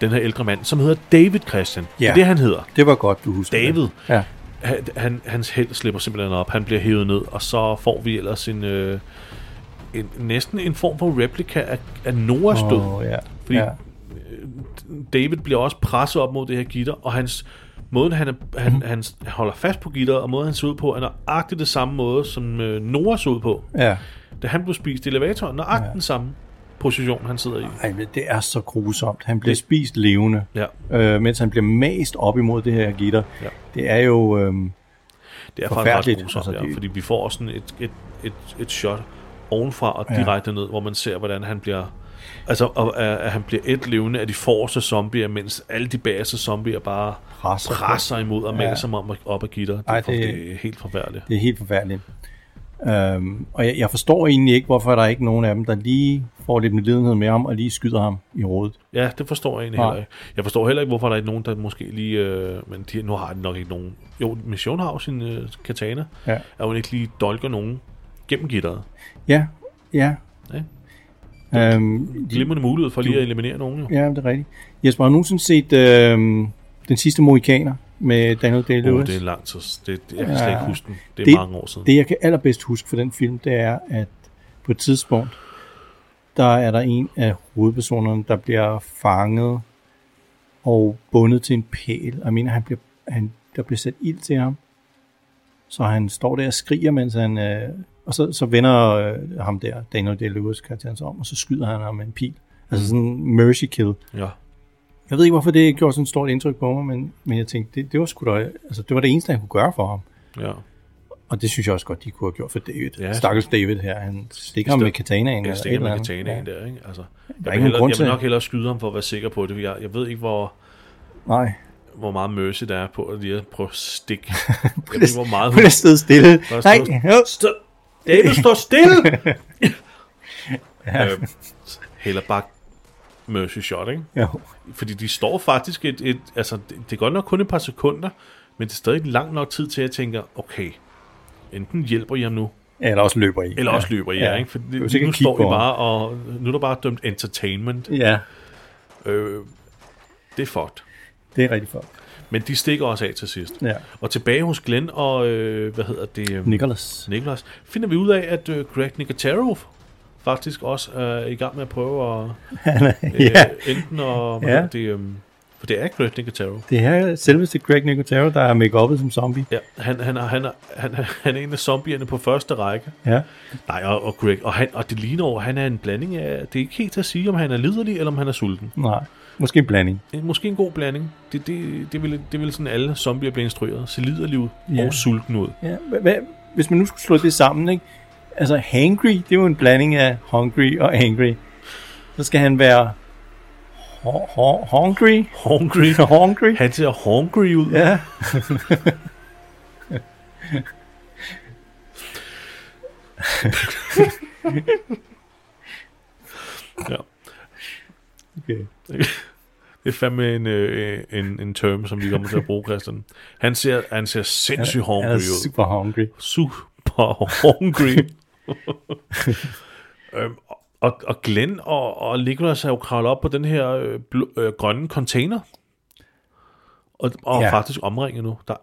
Speaker 1: den her ældre mand, som hedder David Christian, ja. det
Speaker 10: Ja.
Speaker 1: er det, han hedder.
Speaker 10: Det var godt, du husker.
Speaker 1: David.
Speaker 10: det. Ja.
Speaker 1: Han, han, hans held slipper simpelthen op. Han bliver hævet ned, og så får vi ellers en, øh, en næsten en form for replika af, af Noras død.
Speaker 10: Åh, ja.
Speaker 1: Fordi
Speaker 10: ja.
Speaker 1: David bliver også presset op mod det her gitter, og hans måden, han, er- han, han holder fast på gitteret, og måden, han ser ud på, er nøjagtigt det samme måde, som øh, Nora så ud på,
Speaker 10: Ja.
Speaker 1: da han blev spist i elevatoren. Nøjagtigt den samme position, han sidder i.
Speaker 10: Ej, men det er så grusomt. Han bliver spist levende,
Speaker 1: Ja.
Speaker 10: øh, mens han bliver mast op imod det her gitter.
Speaker 1: Ja.
Speaker 10: Det er jo... Øh,
Speaker 1: Det er faktisk ret
Speaker 10: Forfærdeligt,
Speaker 1: grusomt,
Speaker 10: altså,
Speaker 1: altså, ja,
Speaker 10: det-
Speaker 1: fordi vi får sådan et, et, et, et shot ovenfra og direkte ned, hvor man ser, hvordan han bliver... Altså, og, at at han bliver et levende af de forreste zombier, mens alle de bagerste zombier bare
Speaker 10: Presser
Speaker 1: presser,
Speaker 10: på.
Speaker 1: presser imod og maser
Speaker 10: Ja.
Speaker 1: ja. dem om at- op ad gitter. Det,
Speaker 10: Ej,
Speaker 1: Ej, det...
Speaker 10: det-
Speaker 1: det er helt forfærdeligt.
Speaker 10: det er helt forfærdeligt. Øhm, og jeg, jeg forstår egentlig ikke, hvorfor der er ikke nogen af dem, der lige får lidt medlidenhed med ham og lige skyder ham i hovedet.
Speaker 1: Ja, det forstår jeg egentlig
Speaker 10: Nej.
Speaker 1: heller ikke. Jeg forstår heller ikke, hvorfor der er nogen, der måske lige... Øh, men de, nu har de nok ikke nogen... Jo, Mission har jo sin øh, katana.
Speaker 10: Ja.
Speaker 1: At hun ikke lige dolker nogen gennem gitteret.
Speaker 10: Ja, ja.
Speaker 1: Ja.
Speaker 10: Øhm, de,
Speaker 1: Glimrende mulighed for lige at eliminere nogen, jo.
Speaker 10: ja, det er rigtigt. Jesper, har du nogensinde set øhm, Den sidste Mohikaner med Daniel
Speaker 1: Uh,
Speaker 10: Day-Lewis?
Speaker 1: det er lang tid. s- Det, det, jeg kan slet ikke huske den. Det er
Speaker 10: Det-
Speaker 1: mange år siden.
Speaker 10: Det, jeg kan allerbedst huske for den film, det er, at på et tidspunkt, der er der en af hovedpersonerne, der bliver fanget og bundet til en pæl. Jeg mener, han bliver, han, der bliver sat ild til ham. Så han står der og skriger, mens han... Øh, og så, så vender øh, ham der, Daniel Day-Lewis karakteren sig om, og så skyder han ham med en pil. Altså sådan en mercy kill.
Speaker 1: Ja.
Speaker 10: Jeg ved ikke, hvorfor det gjorde sådan et stort indtryk på mig, men, men jeg tænkte, det, det var sgu da, altså, det var det eneste, han kunne gøre for ham.
Speaker 1: ja.
Speaker 10: Og det synes jeg også godt, de kunne have gjort for David. Ja.
Speaker 1: Ja.
Speaker 10: Stakkels David her, han stikker ham med katanaen.
Speaker 1: Jeg
Speaker 10: eller
Speaker 1: stikker
Speaker 10: et
Speaker 1: med
Speaker 10: eller andet.
Speaker 1: katanaen der, ikke? Altså, jeg,
Speaker 10: ikke nogen
Speaker 1: vil hellere,
Speaker 10: grund
Speaker 1: jeg
Speaker 10: til
Speaker 1: vil
Speaker 10: det.
Speaker 1: nok hellere skyde ham for at være sikker på det. Jeg, jeg ved ikke, hvor,
Speaker 10: Nej,
Speaker 1: hvor meget mercy der er på at lige at prøve at stikke. Jeg ved ikke, hvor meget
Speaker 10: hun er siddet stille.
Speaker 1: Bare
Speaker 10: Nej,
Speaker 1: stå-
Speaker 10: jo.
Speaker 1: Stå, David, stå stille! ja. øh, heller bare mercy shot, ikke?
Speaker 10: jo.
Speaker 1: Fordi de står faktisk et, et altså det, det er godt nok kun et par sekunder, men det er stadig lang nok tid til, at jeg tænker, okay, enten hjælper I ham nu,
Speaker 10: Eller også løber i.
Speaker 1: Eller også løber I, ja,
Speaker 10: Ja.
Speaker 1: ikke? For
Speaker 10: Du behøver
Speaker 1: det,
Speaker 10: ikke
Speaker 1: nu
Speaker 10: at kigge
Speaker 1: står I
Speaker 10: på ham.
Speaker 1: bare, og nu er der bare dømt entertainment.
Speaker 10: Ja,
Speaker 1: Øh, det er fucked.
Speaker 10: det er rigtig flot.
Speaker 1: Men de stikker også af til sidst.
Speaker 10: Ja.
Speaker 1: Og tilbage hos Glenn og, øh, hvad hedder det? øh,
Speaker 10: Nicholas.
Speaker 1: Nicholas. Finder vi ud af, at øh, Greg Nicotero faktisk også er i gang med at prøve at... Øh,
Speaker 10: ja,
Speaker 1: Enten at... Hvad
Speaker 10: Ja.
Speaker 1: ja. det, øh, for det er Greg Nicotero.
Speaker 10: det her er selveste Greg Nicotero, der er make som zombie.
Speaker 1: Ja, han, han, er- han, er- han, er- han er en af zombierne på første række.
Speaker 10: Ja.
Speaker 1: Nej, og, og Greg, og, han, og det ligner over, han er en blanding af... Det er ikke helt til at sige, om han er liderlig, eller om han er sulten.
Speaker 10: Nej, måske en blanding.
Speaker 1: Det er måske en god blanding. Det, det, det, vil, det vil sådan alle zombier blive instrueret. Se liderlig ud
Speaker 10: Ja.
Speaker 1: yeah. og sulten ud.
Speaker 10: Ja. hva- hva- Hvis man nu skulle slå det sammen, ikke? Altså, hangry, det er jo en blanding af hungry og angry. Så skal han være ho- ho- hungry.
Speaker 1: Hungry.
Speaker 10: Hungry.
Speaker 1: Han ser hungry ud.
Speaker 10: Ja.
Speaker 1: Ja.
Speaker 10: Okay.
Speaker 1: Det er fandme en, øh, en, en term, som vi kommer til at bruge, Christian. Han ser, han ser sindssygt
Speaker 10: Han
Speaker 1: hungry
Speaker 10: er
Speaker 1: ud.
Speaker 10: super hungry.
Speaker 1: Super hungry. øhm, og, og Glenn og, og Nicholas er jo kravlet op på den her øh, blå, øh, grønne container. Og, og
Speaker 10: Ja.
Speaker 1: ja. faktisk omringet nu. Der,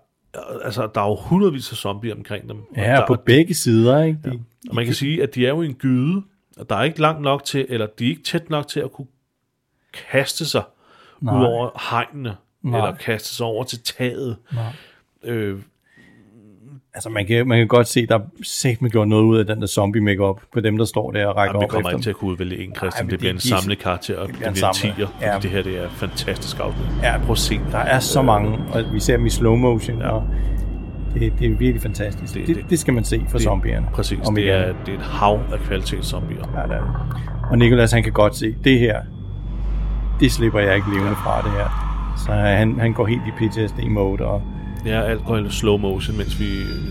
Speaker 1: altså, der er jo hundredvis af zombier omkring dem. Og
Speaker 10: Ja,
Speaker 1: der,
Speaker 10: på begge sider, ikke? De,
Speaker 1: Og man kan sige, at de er jo i en gyde, og der er ikke langt nok til, eller de er ikke tæt nok til at kunne kaste sig Nej. ud over hegnene, Nej. eller kaste sig over til taget. Øh,
Speaker 10: Altså, man kan, man kan godt se, der sæt man gjort noget ud af den der zombie makeup på dem, der står der og rækker
Speaker 1: Jamen, vi
Speaker 10: op
Speaker 1: kommer ikke
Speaker 10: efter
Speaker 1: til at
Speaker 10: dem.
Speaker 1: kunne udvælge en,
Speaker 10: Nej,
Speaker 1: Christian.
Speaker 10: men
Speaker 1: det bliver
Speaker 10: det-
Speaker 1: en
Speaker 10: de-
Speaker 1: samlet karakter, og det
Speaker 10: bliver
Speaker 1: bliver
Speaker 10: en
Speaker 1: en
Speaker 10: samlet.
Speaker 1: tiger,
Speaker 10: Ja.
Speaker 1: fordi det her det er fantastisk Øh, afsnit.
Speaker 10: Ja,
Speaker 1: Prøv at se.
Speaker 10: Der er så mange, og vi ser dem i slow motion, ja.
Speaker 1: Ja.
Speaker 10: og det, det er virkelig fantastisk. Det,
Speaker 1: Det-
Speaker 10: det,
Speaker 1: det-
Speaker 10: det skal man se for
Speaker 1: Det-
Speaker 10: zombierne.
Speaker 1: Præcis,
Speaker 10: Om
Speaker 1: det
Speaker 10: igen.
Speaker 1: er, det er et hav af kvalitetszombier.
Speaker 10: Ja, det er det. Og Nicolas, han kan godt se, det her, det slipper jeg ikke levende fra, det her. Så han, han går helt i PTSD-mode, og
Speaker 1: Ja, alt går i slow motion, mens vi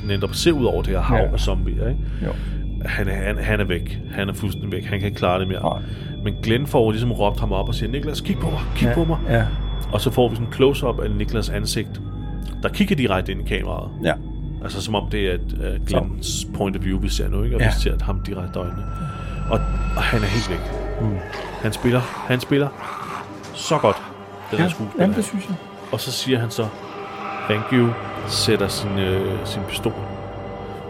Speaker 1: netop ser ud over det her hav
Speaker 10: Ja.
Speaker 1: ja. af zombier. Ikke?
Speaker 10: jo.
Speaker 1: han, er- han, han er væk. Han er fuldstændig væk. Han kan ikke klare det mere.
Speaker 10: Nej.
Speaker 1: Men Glenn får jo ligesom råbt ham op og siger, Niklas, kig på mig, kig ja. på mig.
Speaker 10: Ja,
Speaker 1: Og så får vi sådan en close-up af Niklas ansigt, der kigger direkte ind i kameraet.
Speaker 10: ja.
Speaker 1: Altså som om det er et, uh, Glens point of view, vi ser nu, ikke? Og
Speaker 10: Ja.
Speaker 1: ja. vi ser ham direkte i øjnene. Og, og han er helt væk.
Speaker 10: Mm.
Speaker 1: Han spiller, han spiller så godt, den ja. her
Speaker 10: ja.
Speaker 1: skuespiller.
Speaker 10: Jamen,
Speaker 1: her.
Speaker 10: det synes jeg.
Speaker 1: Og så siger han så, thank you, sætter sin, øh, sin pistol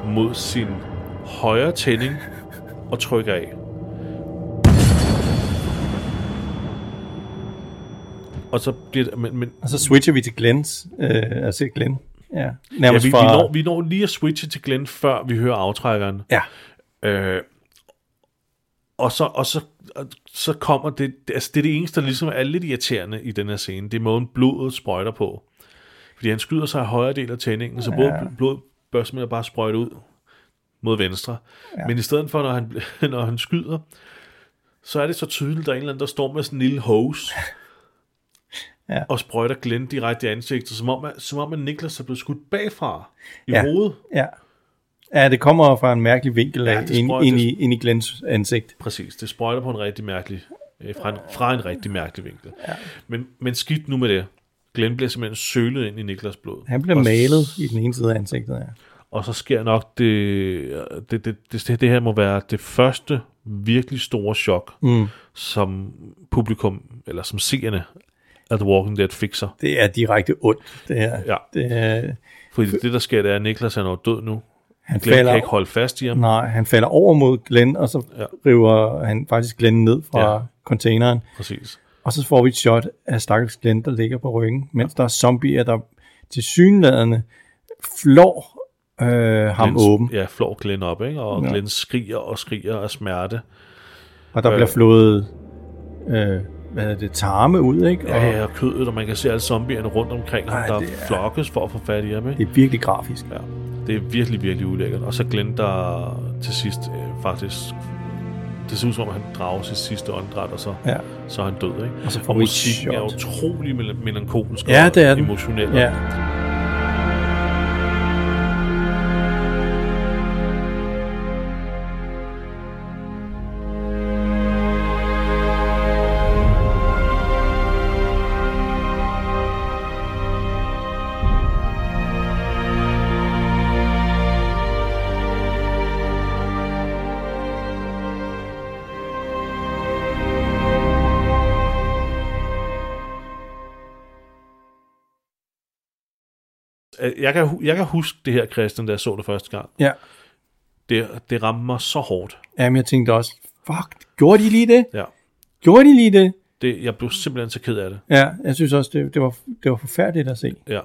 Speaker 1: mod sin højre tænding og trykker af. og så bliver det, men, men
Speaker 10: Og så switcher vi til Glens. Øh, altså Glenn. Ja,
Speaker 1: ja, vi,
Speaker 10: nærmest
Speaker 1: vi,
Speaker 10: fra...
Speaker 1: når, vi når lige at switche til Glenn, før vi hører aftrækkeren.
Speaker 10: Ja,
Speaker 1: Øh, og så, og så, og så kommer det, altså det er det eneste, der ligesom er lidt irriterende i den her scene, det er måden blodet sprøjter på. Fordi han skyder sig i højre del af tændingen, så både bl- blod bør simpelthen bare sprøjte ud mod venstre. Ja. Men i stedet for, når han, når han skyder, så er det så tydeligt, at der er en eller anden, der står med sådan en lille hose,
Speaker 10: Ja.
Speaker 1: og sprøjter Glenn direkte i ansigtet, som om, at- som om at Niklas er blevet skudt bagfra i
Speaker 10: Ja.
Speaker 1: hovedet.
Speaker 10: ja. Ja, det kommer fra en mærkelig vinkel ja,
Speaker 1: det
Speaker 10: ind,
Speaker 1: sprøjter-
Speaker 10: ind, i, ind i Glens ansigt.
Speaker 1: Præcis, det sprøjter på en rigtig mærkelig, øh, fra, en, fra en rigtig mærkelig vinkel. Ja. Men, men skidt nu med det. Glenn bliver simpelthen sølet ind i Niklas blod.
Speaker 10: Han bliver
Speaker 1: og,
Speaker 10: malet i den ene side af ansigtet, ja.
Speaker 1: Og så sker nok det det, det, det, det her må være det første virkelig store chok, mm. som publikum, eller som seerne af The Walking Dead fik sig.
Speaker 10: Det er direkte ondt, det her.
Speaker 1: Ja.
Speaker 10: Det er,
Speaker 1: Fordi det, der sker, det er, at Niklas han er jo død nu.
Speaker 10: han
Speaker 1: Glenn
Speaker 10: falder,
Speaker 1: kan ikke holde fast i ham.
Speaker 10: Nej, han falder over mod Glenn, og så
Speaker 1: Ja.
Speaker 10: ja. river han faktisk Glenn ned fra
Speaker 1: Ja.
Speaker 10: ja. containeren.
Speaker 1: Præcis.
Speaker 10: Og så får vi et shot af stakkels Glenn, der ligger på ryggen, mens der er zombier, der til synlædende flår øh, ham
Speaker 1: Glenn-
Speaker 10: åben,
Speaker 1: Ja, flår Glenn op, ikke? Og ja.
Speaker 10: Ja.
Speaker 1: Glenn skriger og skriger af smerte.
Speaker 10: og der øh. bliver
Speaker 1: Øh.
Speaker 10: flået øh, hvad er det, tarme ud, ikke? Og
Speaker 1: Ja, ja, og kødet, og man kan se alle zombierne rundt omkring ham,
Speaker 10: Ej,
Speaker 1: der
Speaker 10: det er-
Speaker 1: flokkes for at få fat i ham. Ikke?
Speaker 10: Det er virkelig grafisk.
Speaker 1: Ja, det er virkelig, virkelig ulækkert. Og så Glenn, der til sidst øh, faktisk... Det ser ud som om, han drager sit sidste åndedræt, og så,
Speaker 10: Ja.
Speaker 1: så er han død. Ikke?
Speaker 10: Og så får
Speaker 1: og
Speaker 10: vi et
Speaker 1: musikken er
Speaker 10: shot.
Speaker 1: utrolig mel- melankolsk
Speaker 10: Ja,
Speaker 1: og
Speaker 10: det er den.
Speaker 1: emotionel.
Speaker 10: Ja.
Speaker 1: Øh, Jeg, kan, hu- jeg kan huske det her, Christian, da jeg så det første gang.
Speaker 10: ja.
Speaker 1: Det, det rammer mig så hårdt.
Speaker 10: Jamen, jeg tænkte også, fuck, gjorde de lige det?
Speaker 1: Ja.
Speaker 10: Gjorde de lige det?
Speaker 1: Det, jeg blev simpelthen så ked af det.
Speaker 10: Ja, jeg synes også, det, det, var, det var forfærdeligt at se.
Speaker 1: Ja.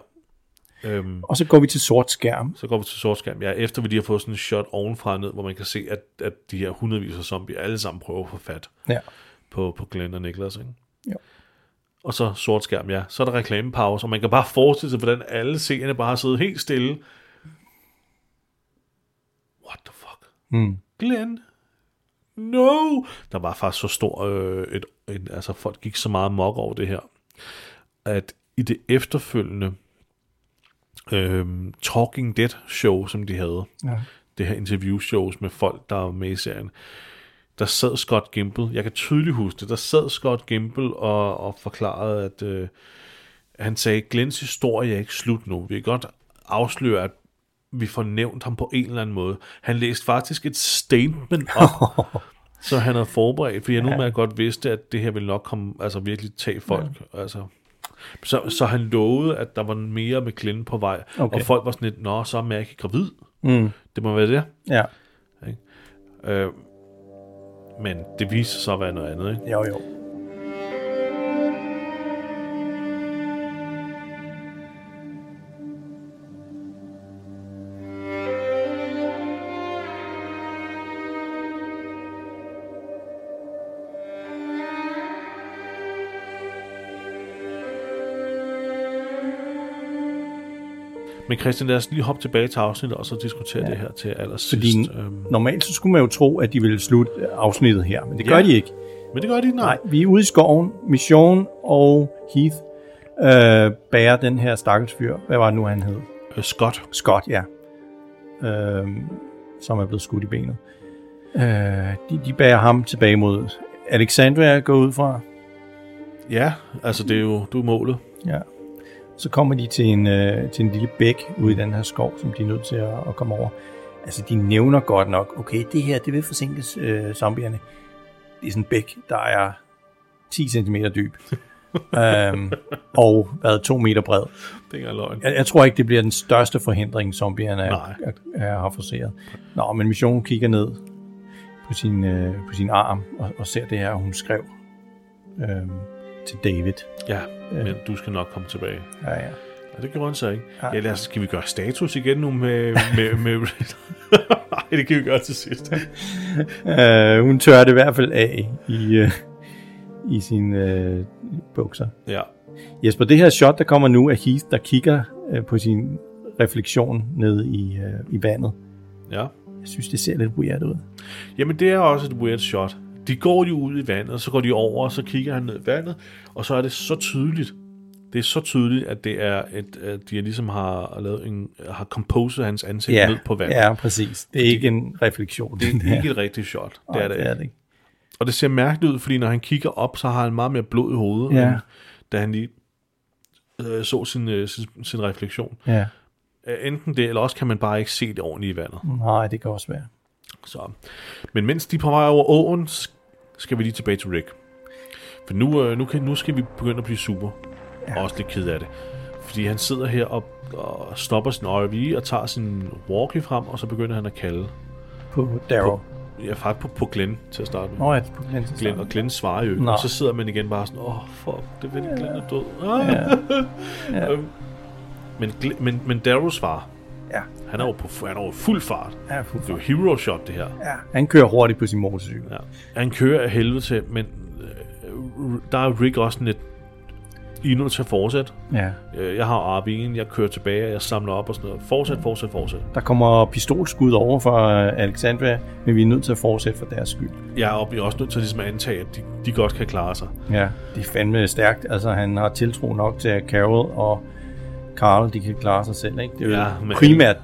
Speaker 1: Øhm,
Speaker 10: Og så går vi til sort skærm.
Speaker 1: Så går vi til sortskærm. Ja, efter vi lige har fået sådan en shot ovenfra og ned, hvor man kan se, at, at de her hundredvis af zombier alle sammen prøver at få fat
Speaker 10: Ja.
Speaker 1: på, på Glenn og Niklas, ikke?
Speaker 10: Jo.
Speaker 1: Og så sortskærm, ja. Så er der reklamepause, og man kan bare forestille sig, hvordan alle seerne bare har siddet helt stille. What the fuck?
Speaker 10: Mm.
Speaker 1: Glenn? No! Der var faktisk så stor... Øh, et, en, altså, folk gik så meget mok over det her, at i det efterfølgende øh, Talking Dead-show, som de havde,
Speaker 10: Ja.
Speaker 1: det her interviewshows med folk, der var med i serien, der sad Scott Gimple, jeg kan tydeligt huske det, der sad Scott Gimple og, og forklarede, at øh, han sagde, Glens historie er ikke slut nu. Vi kan godt afsløre, at vi får nævnt ham på en eller anden måde. Han læste faktisk et statement op, så han havde forberedt, fordi jeg nu man godt vidste, at det her ville nok komme, altså virkelig tage folk. Ja. Altså. Så, så han lovede, at der var mere med Glenn på vej, okay.
Speaker 10: Okay.
Speaker 1: og folk var sådan lidt, nå, så er Mærke gravid. Mm. Det må være det.
Speaker 10: Ja.
Speaker 1: Øh, men det viser sig at være noget andet, ikke?
Speaker 10: Jo, jo.
Speaker 1: Men Christian, lad os lige hoppe tilbage til afsnittet, og så diskutere ja. det her til allersidst.
Speaker 10: Fordi
Speaker 1: Øhm,
Speaker 10: normalt så skulle man jo tro, at de ville slutte øh, afsnittet her, men det gør
Speaker 1: Ja.
Speaker 10: de ikke.
Speaker 1: men det gør de ikke, nej.
Speaker 10: Nej, vi er ude i skoven. Mission og Heath øh, bærer den her stakkels fyr. Hvad var det nu, han hed?
Speaker 1: Øh, Scott,
Speaker 10: Scott, ja. Øh, som er blevet skudt i benet. Øh, de, de bærer ham tilbage mod Alexandria, går ud fra.
Speaker 1: ja, altså det er jo du er målet.
Speaker 10: Ja. Så kommer de til en, øh, til en lille bæk ude i den her skov, som de er nødt til at, at komme over. Altså, de nævner godt nok, okay, det her, det vil forsinkes øh, zombierne. Det er sådan en bæk, der er 10 cm dyb. øhm, og været 2 meter bred.
Speaker 1: Det er ikke engang løgn.
Speaker 10: Jeg, jeg tror ikke, det bliver den største forhindring, zombierne er,
Speaker 1: Nej.
Speaker 10: er, er, har forseret. Nå, men missionen kigger ned på sin, øh, på sin arm og, og ser det her, hun skrev. Øhm, til David.
Speaker 1: Ja, men du skal nok komme tilbage.
Speaker 10: Ja, ja.
Speaker 1: Og det gjorde han så ikke.
Speaker 10: Ej.
Speaker 1: Ja, lad os, skal vi gøre status igen nu med... med, med Nej, det kan vi gøre til sidst.
Speaker 10: Øh, hun tørrer det i hvert fald af i, øh, i sine øh, bukser.
Speaker 1: Ja.
Speaker 10: Jesper, det her shot, der kommer nu, er Heath, der kigger øh, på sin refleksion ned i, øh, i vandet.
Speaker 1: Ja.
Speaker 10: Jeg synes, det ser lidt weird ud.
Speaker 1: Jamen, det er også et weird shot. De går jo ud i vandet, og så går de over, og så kigger han ned i vandet, og så er det så tydeligt, det er så tydeligt, at det er et, at de ligesom har lavet en, har composet hans ansigt ned på vandet.
Speaker 10: ja, præcis. Det er ikke en refleksion.
Speaker 1: Det
Speaker 10: den
Speaker 1: er
Speaker 10: her.
Speaker 1: ikke et rigtigt shot. Det
Speaker 10: Nej,
Speaker 1: er det,
Speaker 10: det,
Speaker 1: ikke.
Speaker 10: er det ikke.
Speaker 1: Og det ser mærkeligt ud, fordi når han kigger op, så har han meget mere blod i hovedet,
Speaker 10: Ja.
Speaker 1: end da han lige øh, så sin, øh, sin, sin refleksion.
Speaker 10: Ja.
Speaker 1: Øh, Enten det, eller også kan man bare ikke se det ordentligt i vandet.
Speaker 10: Nej, det kan også være.
Speaker 1: Så. Men mens de er på vej over åen, sk- skal vi lige tilbage til Rick. For nu, øh, nu, kan, nu skal vi begynde at blive super. Ja. Og også lidt ked af det. Fordi han sidder her og, og stopper sin RV og tager sin walkie frem, og så begynder han at kalde.
Speaker 10: På Darrow.
Speaker 1: Ja, faktisk på, på Glenn til at starte med.
Speaker 10: Nå, ja, det er på Glenn.
Speaker 1: Glenn, og Glenn svarer jo ikke.
Speaker 10: Nej.
Speaker 1: Og så sidder man igen bare sådan, åh, oh, fuck, det ved jeg, Glenn er død. Ah. Ja. men, Gl- men, men Darrow svarer.
Speaker 10: Ja.
Speaker 1: Han er jo på han er jo i fuld fart.
Speaker 10: Ja, fuld
Speaker 1: Det er jo hero shot, det her.
Speaker 10: Ja. Han kører hurtigt på sin motorcykel.
Speaker 1: Ja. Han kører af helvede til, men øh, der er Rick også sådan lidt, I er nødt til at fortsætte.
Speaker 10: Ja.
Speaker 1: Øh, Jeg har RB'en, jeg kører tilbage, og jeg samler op og sådan noget. Fortsæt, fortsæt, fortsæt.
Speaker 10: Der kommer pistolskud over fra øh, Alexandria, men vi er nødt til at fortsætte for deres skyld.
Speaker 1: Jeg er op- jeg er også nødt til ligesom at antage, at de, de godt kan klare sig.
Speaker 10: Ja. Det er fandme stærkt. Altså, han har tiltro nok til, at Carol og Carl, de kan klare sig selv, ikke? Det er jo
Speaker 1: Ja, men-
Speaker 10: primært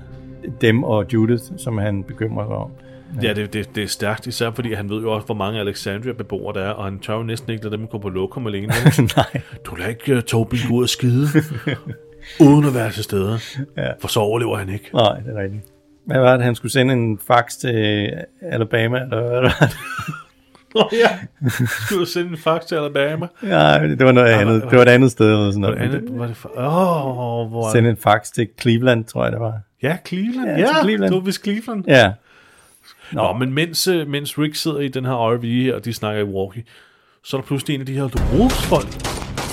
Speaker 10: dem og Judith, som han bekymrer sig om.
Speaker 1: Ja, det, det, det er stærkt, især fordi han ved jo også, hvor mange Alexandria-beboere der er, og han tør jo næsten ikke lade dem gå på lokum alene.
Speaker 10: Nej.
Speaker 1: du lader ikke uh, Tobi gå ud og skide, uden at være til stede, ja. for så overlever han ikke.
Speaker 10: Nej, det er rigtigt. Hvad var det, han skulle sende en fax til Alabama? Eller hvad var det?
Speaker 1: Nå ja, skulle du sende en fax til Alabama?
Speaker 10: Nej, det var noget andet. Det var et andet sted. Eller sådan
Speaker 1: Var det,
Speaker 10: noget.
Speaker 1: andet, var det for... Åh, hvor er
Speaker 10: Sende en fax til Cleveland, tror jeg, det var.
Speaker 1: Ja, Cleveland.
Speaker 10: Ja,
Speaker 1: Ja,
Speaker 10: til
Speaker 1: ja
Speaker 10: Cleveland.
Speaker 1: Cleveland. du er vist Cleveland. Ja.
Speaker 10: Ja,
Speaker 1: Nå, men mens, øh, mens Rick sidder i den her RV her, og de snakker i walkie, så er der pludselig en af de her Wolves-folk,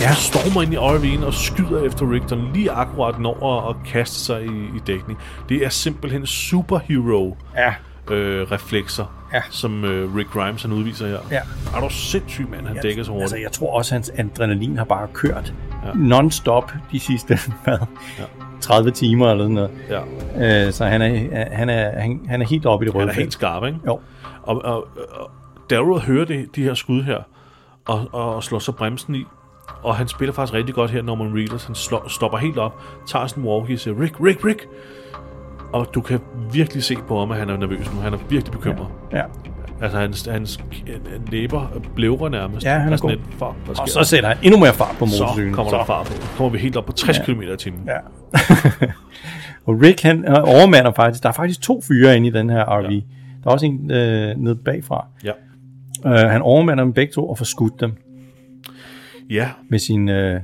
Speaker 1: ja. stormer ind i RV'en og skyder efter Rick, der lige akkurat når at, at kaste sig i, i dækning. Det er simpelthen superhero
Speaker 10: Ja.
Speaker 1: øh, reflekser,
Speaker 10: Ja.
Speaker 1: som øh, Rick Grimes han udviser her.
Speaker 10: Ja.
Speaker 1: Er du sindssyg, mand? Han dækker så hurtigt.
Speaker 10: Altså, jeg tror også, hans adrenalin har bare kørt ja. non-stop de sidste hvad, 30 timer eller sådan noget.
Speaker 1: ja.
Speaker 10: Øh, så han er, han, er, han, han er helt oppe i det røde.
Speaker 1: Han er helt
Speaker 10: felt.
Speaker 1: skarp, ikke?
Speaker 10: Jo.
Speaker 1: Og, og, og Darrow hører det, de her skud her, og, og slår så bremsen i. Og han spiller faktisk rigtig godt her, Norman Reedus. Han slår, stopper helt op, tager sin walkie og siger, Rick, Rick, Rick! Og du kan virkelig se på ham, at han er nervøs nu. Han er virkelig bekymret.
Speaker 10: Ja.
Speaker 1: Ja. Altså, hans, hans k- læber blever nærmest.
Speaker 10: Ja, han er
Speaker 1: sådan
Speaker 10: god.
Speaker 1: lidt, fuck, hvad
Speaker 10: Og
Speaker 1: sker
Speaker 10: så sætter han endnu mere fart på
Speaker 1: der?"
Speaker 10: motorcyklen.
Speaker 1: så kommer der fart på. Så kommer vi helt op på 60 ja. km i timen.
Speaker 10: Ja. og Rick, han øh, overmander faktisk. Der er faktisk to fyre inde i den her RV. Ja. Der er også en øh, nede bagfra.
Speaker 1: Ja.
Speaker 10: Øh, han overmander dem begge to og får skudt dem
Speaker 1: ja,
Speaker 10: med sin, øh,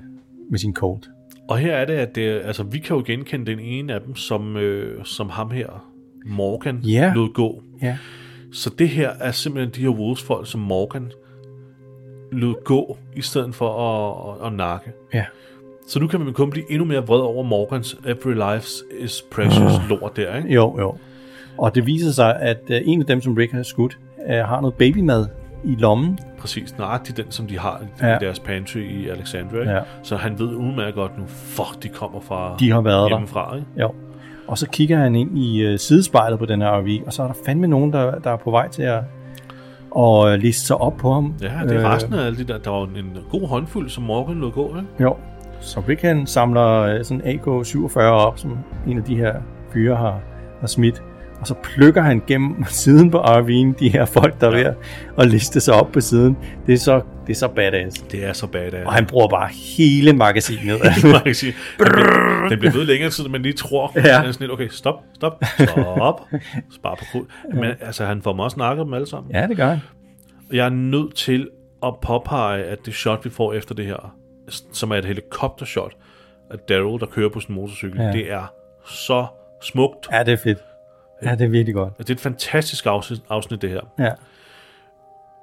Speaker 10: med sin Colt.
Speaker 1: og her er det, at det, altså, vi kan jo genkende den ene af dem, som, øh, som ham her, Morgan,
Speaker 10: Ja.
Speaker 1: lod gå.
Speaker 10: Ja.
Speaker 1: Så det her er simpelthen de her Wolves-folk, som Morgan lød gå, i stedet for at, at, at nakke.
Speaker 10: Ja.
Speaker 1: Så nu kan man kun blive endnu mere vred over Morgans Every Lives is Precious lort der, ikke?
Speaker 10: Jo, jo. Og det viser sig, at øh, en af dem, som Rick har skudt, øh, har noget babymad i lommen.
Speaker 1: Præcis, nøjagtigt den, som de har i
Speaker 10: Ja.
Speaker 1: ja. deres pantry i Alexandria. ikke?
Speaker 10: Ja.
Speaker 1: Så han ved udmærket godt nu, fuck, de kommer fra
Speaker 10: De har været der.
Speaker 1: hjemmefra, ikke?
Speaker 10: Jo. Og så kigger han ind i øh, sidespejlet på den her RV, og så er der fandme nogen, der, der er på vej til at og øh, liste sig op på ham. Øh,
Speaker 1: Ja, det er resten af alle de der. Der var en, en god håndfuld, som Morgan lod gå, ikke?
Speaker 10: Jo. Så Rick han samler øh, sådan AK-47 op, som en af de her fyre har, har smidt. Og så plukker han gennem siden på RV'en de her folk, der er ved at liste sig op på siden. Det er så, det er så badass.
Speaker 1: Det er så badass.
Speaker 10: Og han bruger bare hele magasinet.
Speaker 1: Man kan sige, den bliver- den bliver ved længere tid, end man lige tror. Ja. Han er sådan lidt, okay, stop, stop, stop. Spar på krudt. Men altså, han får mig også snakket dem alle sammen.
Speaker 10: ja, det gør han.
Speaker 1: Jeg er nødt til at påpege, at det shot, vi får efter det her, s- som er et helikoptershot af Daryl, der kører på sin motorcykel,
Speaker 10: Ja.
Speaker 1: ja. det er så smukt.
Speaker 10: Ja, det er fedt. Ja, det er virkelig godt.
Speaker 1: Det er et fantastisk afsnit, afsnit det her.
Speaker 10: Ja.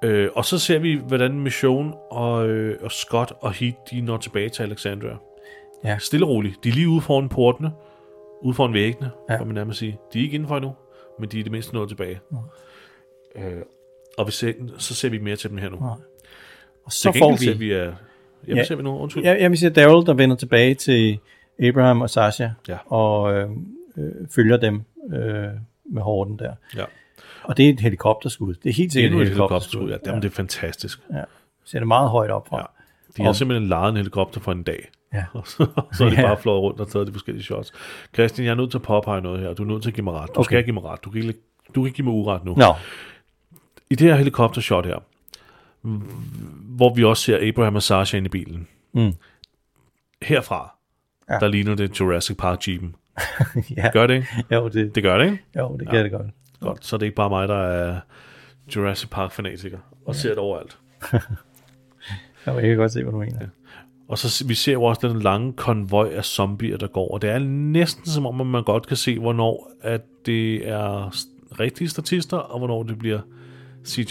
Speaker 1: Øh, og så ser vi, hvordan Mission og, øh, og Scott og Heat, de når tilbage til Alexandria.
Speaker 10: Ja.
Speaker 1: Stille og roligt. De er lige ude foran portene, ude foran væggene,
Speaker 10: Ja.
Speaker 1: ja. man nærmest sige. De er ikke indenfor endnu, men de er i det mindste nået tilbage. Øh, og vi ser, så ser vi mere til dem her nu.
Speaker 10: Og
Speaker 1: Så
Speaker 10: så
Speaker 1: til
Speaker 10: får
Speaker 1: gengæld
Speaker 10: vi...
Speaker 1: ser vi... Uh, ja,
Speaker 10: Ja.
Speaker 1: ja. ser vi nu? Undskyld. Ja.
Speaker 10: Ja, jeg vil sige Daryl, der vender tilbage til Abraham og Sasha,
Speaker 1: Ja.
Speaker 10: og øh, øh, følger dem øh, med Horden der.
Speaker 1: ja.
Speaker 10: Og det er et helikopterskud. Det er helt sikkert
Speaker 1: Endnu
Speaker 10: et
Speaker 1: et helikopterskud.
Speaker 10: helikopterskud.
Speaker 1: Ja, jamen, det er fantastisk.
Speaker 10: Ja. Ser det meget højt op fra.
Speaker 1: Ja.
Speaker 10: Ja.
Speaker 1: De har
Speaker 10: Og-
Speaker 1: simpelthen lejet en helikopter for en dag.
Speaker 10: Ja.
Speaker 1: Og så, så er de
Speaker 10: Ja.
Speaker 1: bare flået rundt og taget de forskellige shots. Christian, jeg er nødt til at påpege noget her. Du er nødt til at give mig ret. Du okay. skal give mig ret. Du kan ikke, du kan ikke give mig uret nu.
Speaker 10: Nå,
Speaker 1: I det her helikoptershot her, hvor vi også ser Abraham og Sasha inde i bilen.
Speaker 10: Mm.
Speaker 1: Herfra,
Speaker 10: Ja.
Speaker 1: ja. der ligner det Jurassic Park-jeepen.
Speaker 10: ja.
Speaker 1: Gør det ikke?
Speaker 10: Jo, det,
Speaker 1: Det gør det, ikke?
Speaker 10: jo, det kan det godt.
Speaker 1: Godt, så er det ikke bare mig, der er Jurassic Park-fanatiker og ser det overalt.
Speaker 10: Jo, Jeg kan godt se, hvad du mener.
Speaker 1: Og så s- vi ser jo også den lange konvoj af zombier, der går, og det er næsten som om, at man godt kan se, hvornår at det er s- rigtige statister, og hvornår det bliver CGI.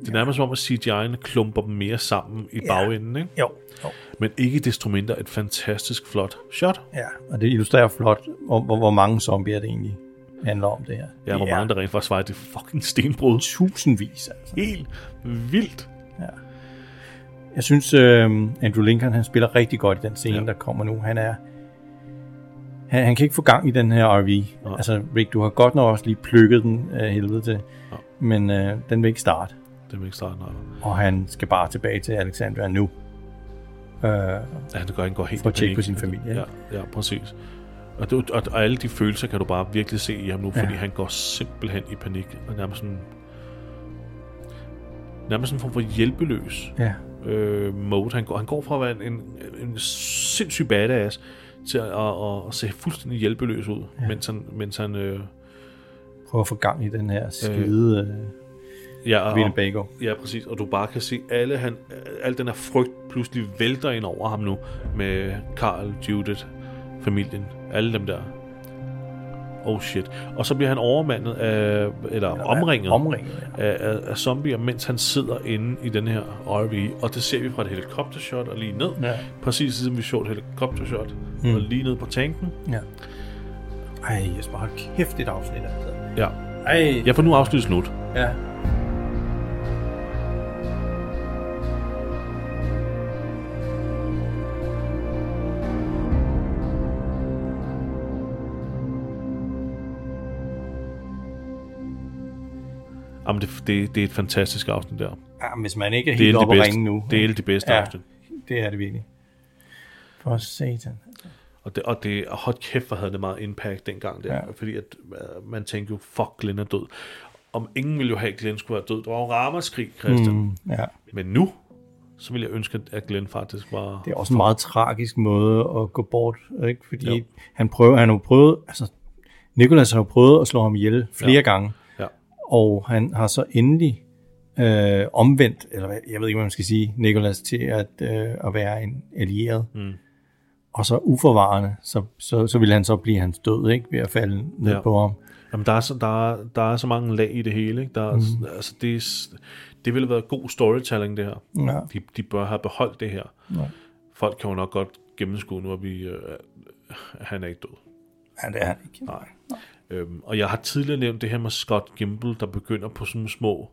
Speaker 1: Det er nærmest som om, at CGI'en klumper dem mere sammen i bagenden, ikke?
Speaker 10: Jo, jo.
Speaker 1: Men ikke desto mindre et fantastisk flot shot.
Speaker 10: Ja, og det illustrerer flot, hvor, hvor, hvor mange zombier det egentlig handler om det her.
Speaker 1: Ja, hvor
Speaker 10: Det er
Speaker 1: mange der rent faktisk var i det fucking stenbrud.
Speaker 10: Tusindvis, altså.
Speaker 1: Helt vildt.
Speaker 10: Jeg synes, øh, Andrew Lincoln, han spiller rigtig godt i den scene, ja.
Speaker 1: Ja.
Speaker 10: der kommer nu. Han er... Han, han kan ikke få gang i den her RV. Ja. Altså, Rick, du har godt nok også lige plukket den øh, helvede til, ja. men øh, den vil ikke starte.
Speaker 1: Det er ikke starte, nej.
Speaker 10: Og han skal bare tilbage til Alexandria nu. Øh,
Speaker 1: Ja, han går, han går helt
Speaker 10: For
Speaker 1: i
Speaker 10: at tjekke
Speaker 1: panik.
Speaker 10: på sin familie, ikke?
Speaker 1: Ja, ja præcis. Og, det, og, og alle de følelser kan du bare virkelig se i ham nu, fordi
Speaker 10: Ja.
Speaker 1: han går simpelthen i panik, og nærmest sådan, nærmest sådan en form for hjælpeløs
Speaker 10: ja.
Speaker 1: øh, mode. Han går, han går fra at være en, en, en sindssyg badass, til at, at, at, at se fuldstændig hjælpeløs ud, ja. mens han, mens han øh,
Speaker 10: Prøv at få gang i den her skide øh,
Speaker 1: ja, og-
Speaker 10: Winnebago.
Speaker 1: Ja, præcis. Og du bare kan se, alle han, al den her frygt pludselig vælter ind over ham nu med Carl, Judith, familien, alle dem der. Oh shit. Og så bliver han overmandet af, eller omringet,
Speaker 10: Omringet, ja.
Speaker 1: af, af, af zombier, mens han sidder inde i den her RV. Og det ser vi fra et helikoptershot og lige ned.
Speaker 10: Ja.
Speaker 1: Præcis som vi så et helikoptershot. Mm. Og lige ned på tanken.
Speaker 10: ja. Ej, Jesper, hold kæft, det er et afsnit, altså.
Speaker 1: Ja.
Speaker 10: Ej,
Speaker 1: Jeg får nu afsluttet slut.
Speaker 10: ja.
Speaker 1: Jamen, det, det, det er et fantastisk afsnit der.
Speaker 10: Ja, men hvis man ikke er
Speaker 1: Det er
Speaker 10: helt
Speaker 1: det
Speaker 10: oppe at
Speaker 1: bedste.
Speaker 10: ringe nu.
Speaker 1: Det er det bedste
Speaker 10: Ja.
Speaker 1: afsnit.
Speaker 10: Det er det virkelig. For satan. altså.
Speaker 1: Og det, og det, og hold kæft, hvor havde det meget impact dengang der,
Speaker 10: Ja.
Speaker 1: ja. fordi at, øh, man tænkte jo, fuck, Glenn er død. Om ingen ville jo have, at Glenn skulle være død. Det var jo ramaskrig, Christian. Mm.
Speaker 10: Ja.
Speaker 1: Men nu, så ville jeg ønske, at Glenn faktisk var...
Speaker 10: Det er også en meget tragisk måde at gå bort, ikke? fordi jo. han prøver, han har jo prøvet, altså Nikolas har jo prøvet at slå ham ihjel flere ja.
Speaker 1: Ja.
Speaker 10: gange,
Speaker 1: Ja,
Speaker 10: og han har så endelig øh, omvendt, eller hvad- jeg ved ikke, hvad man skal sige, Nikolas til at, øh, at være en allieret. Mm. Og så uforvarende, så, så, så ville han så blive hans død, ikke? Ved at falde ned ja.
Speaker 1: Ja.
Speaker 10: på ham.
Speaker 1: Jamen, der, er så, der, er, der er så mange lag i det hele. Ikke? Der er, mm. altså, det, er s- det ville have været god storytelling, det her.
Speaker 10: Ja.
Speaker 1: De, de bør have beholdt det her.
Speaker 10: Ja.
Speaker 1: Folk kan jo nok godt gennemskue nu, at vi, øh, at han er ikke død.
Speaker 10: ja, det er han ikke. Nej.
Speaker 1: Øhm, og jeg har tidligere nævnt det her med Scott Gimple, der begynder på sådan nogle små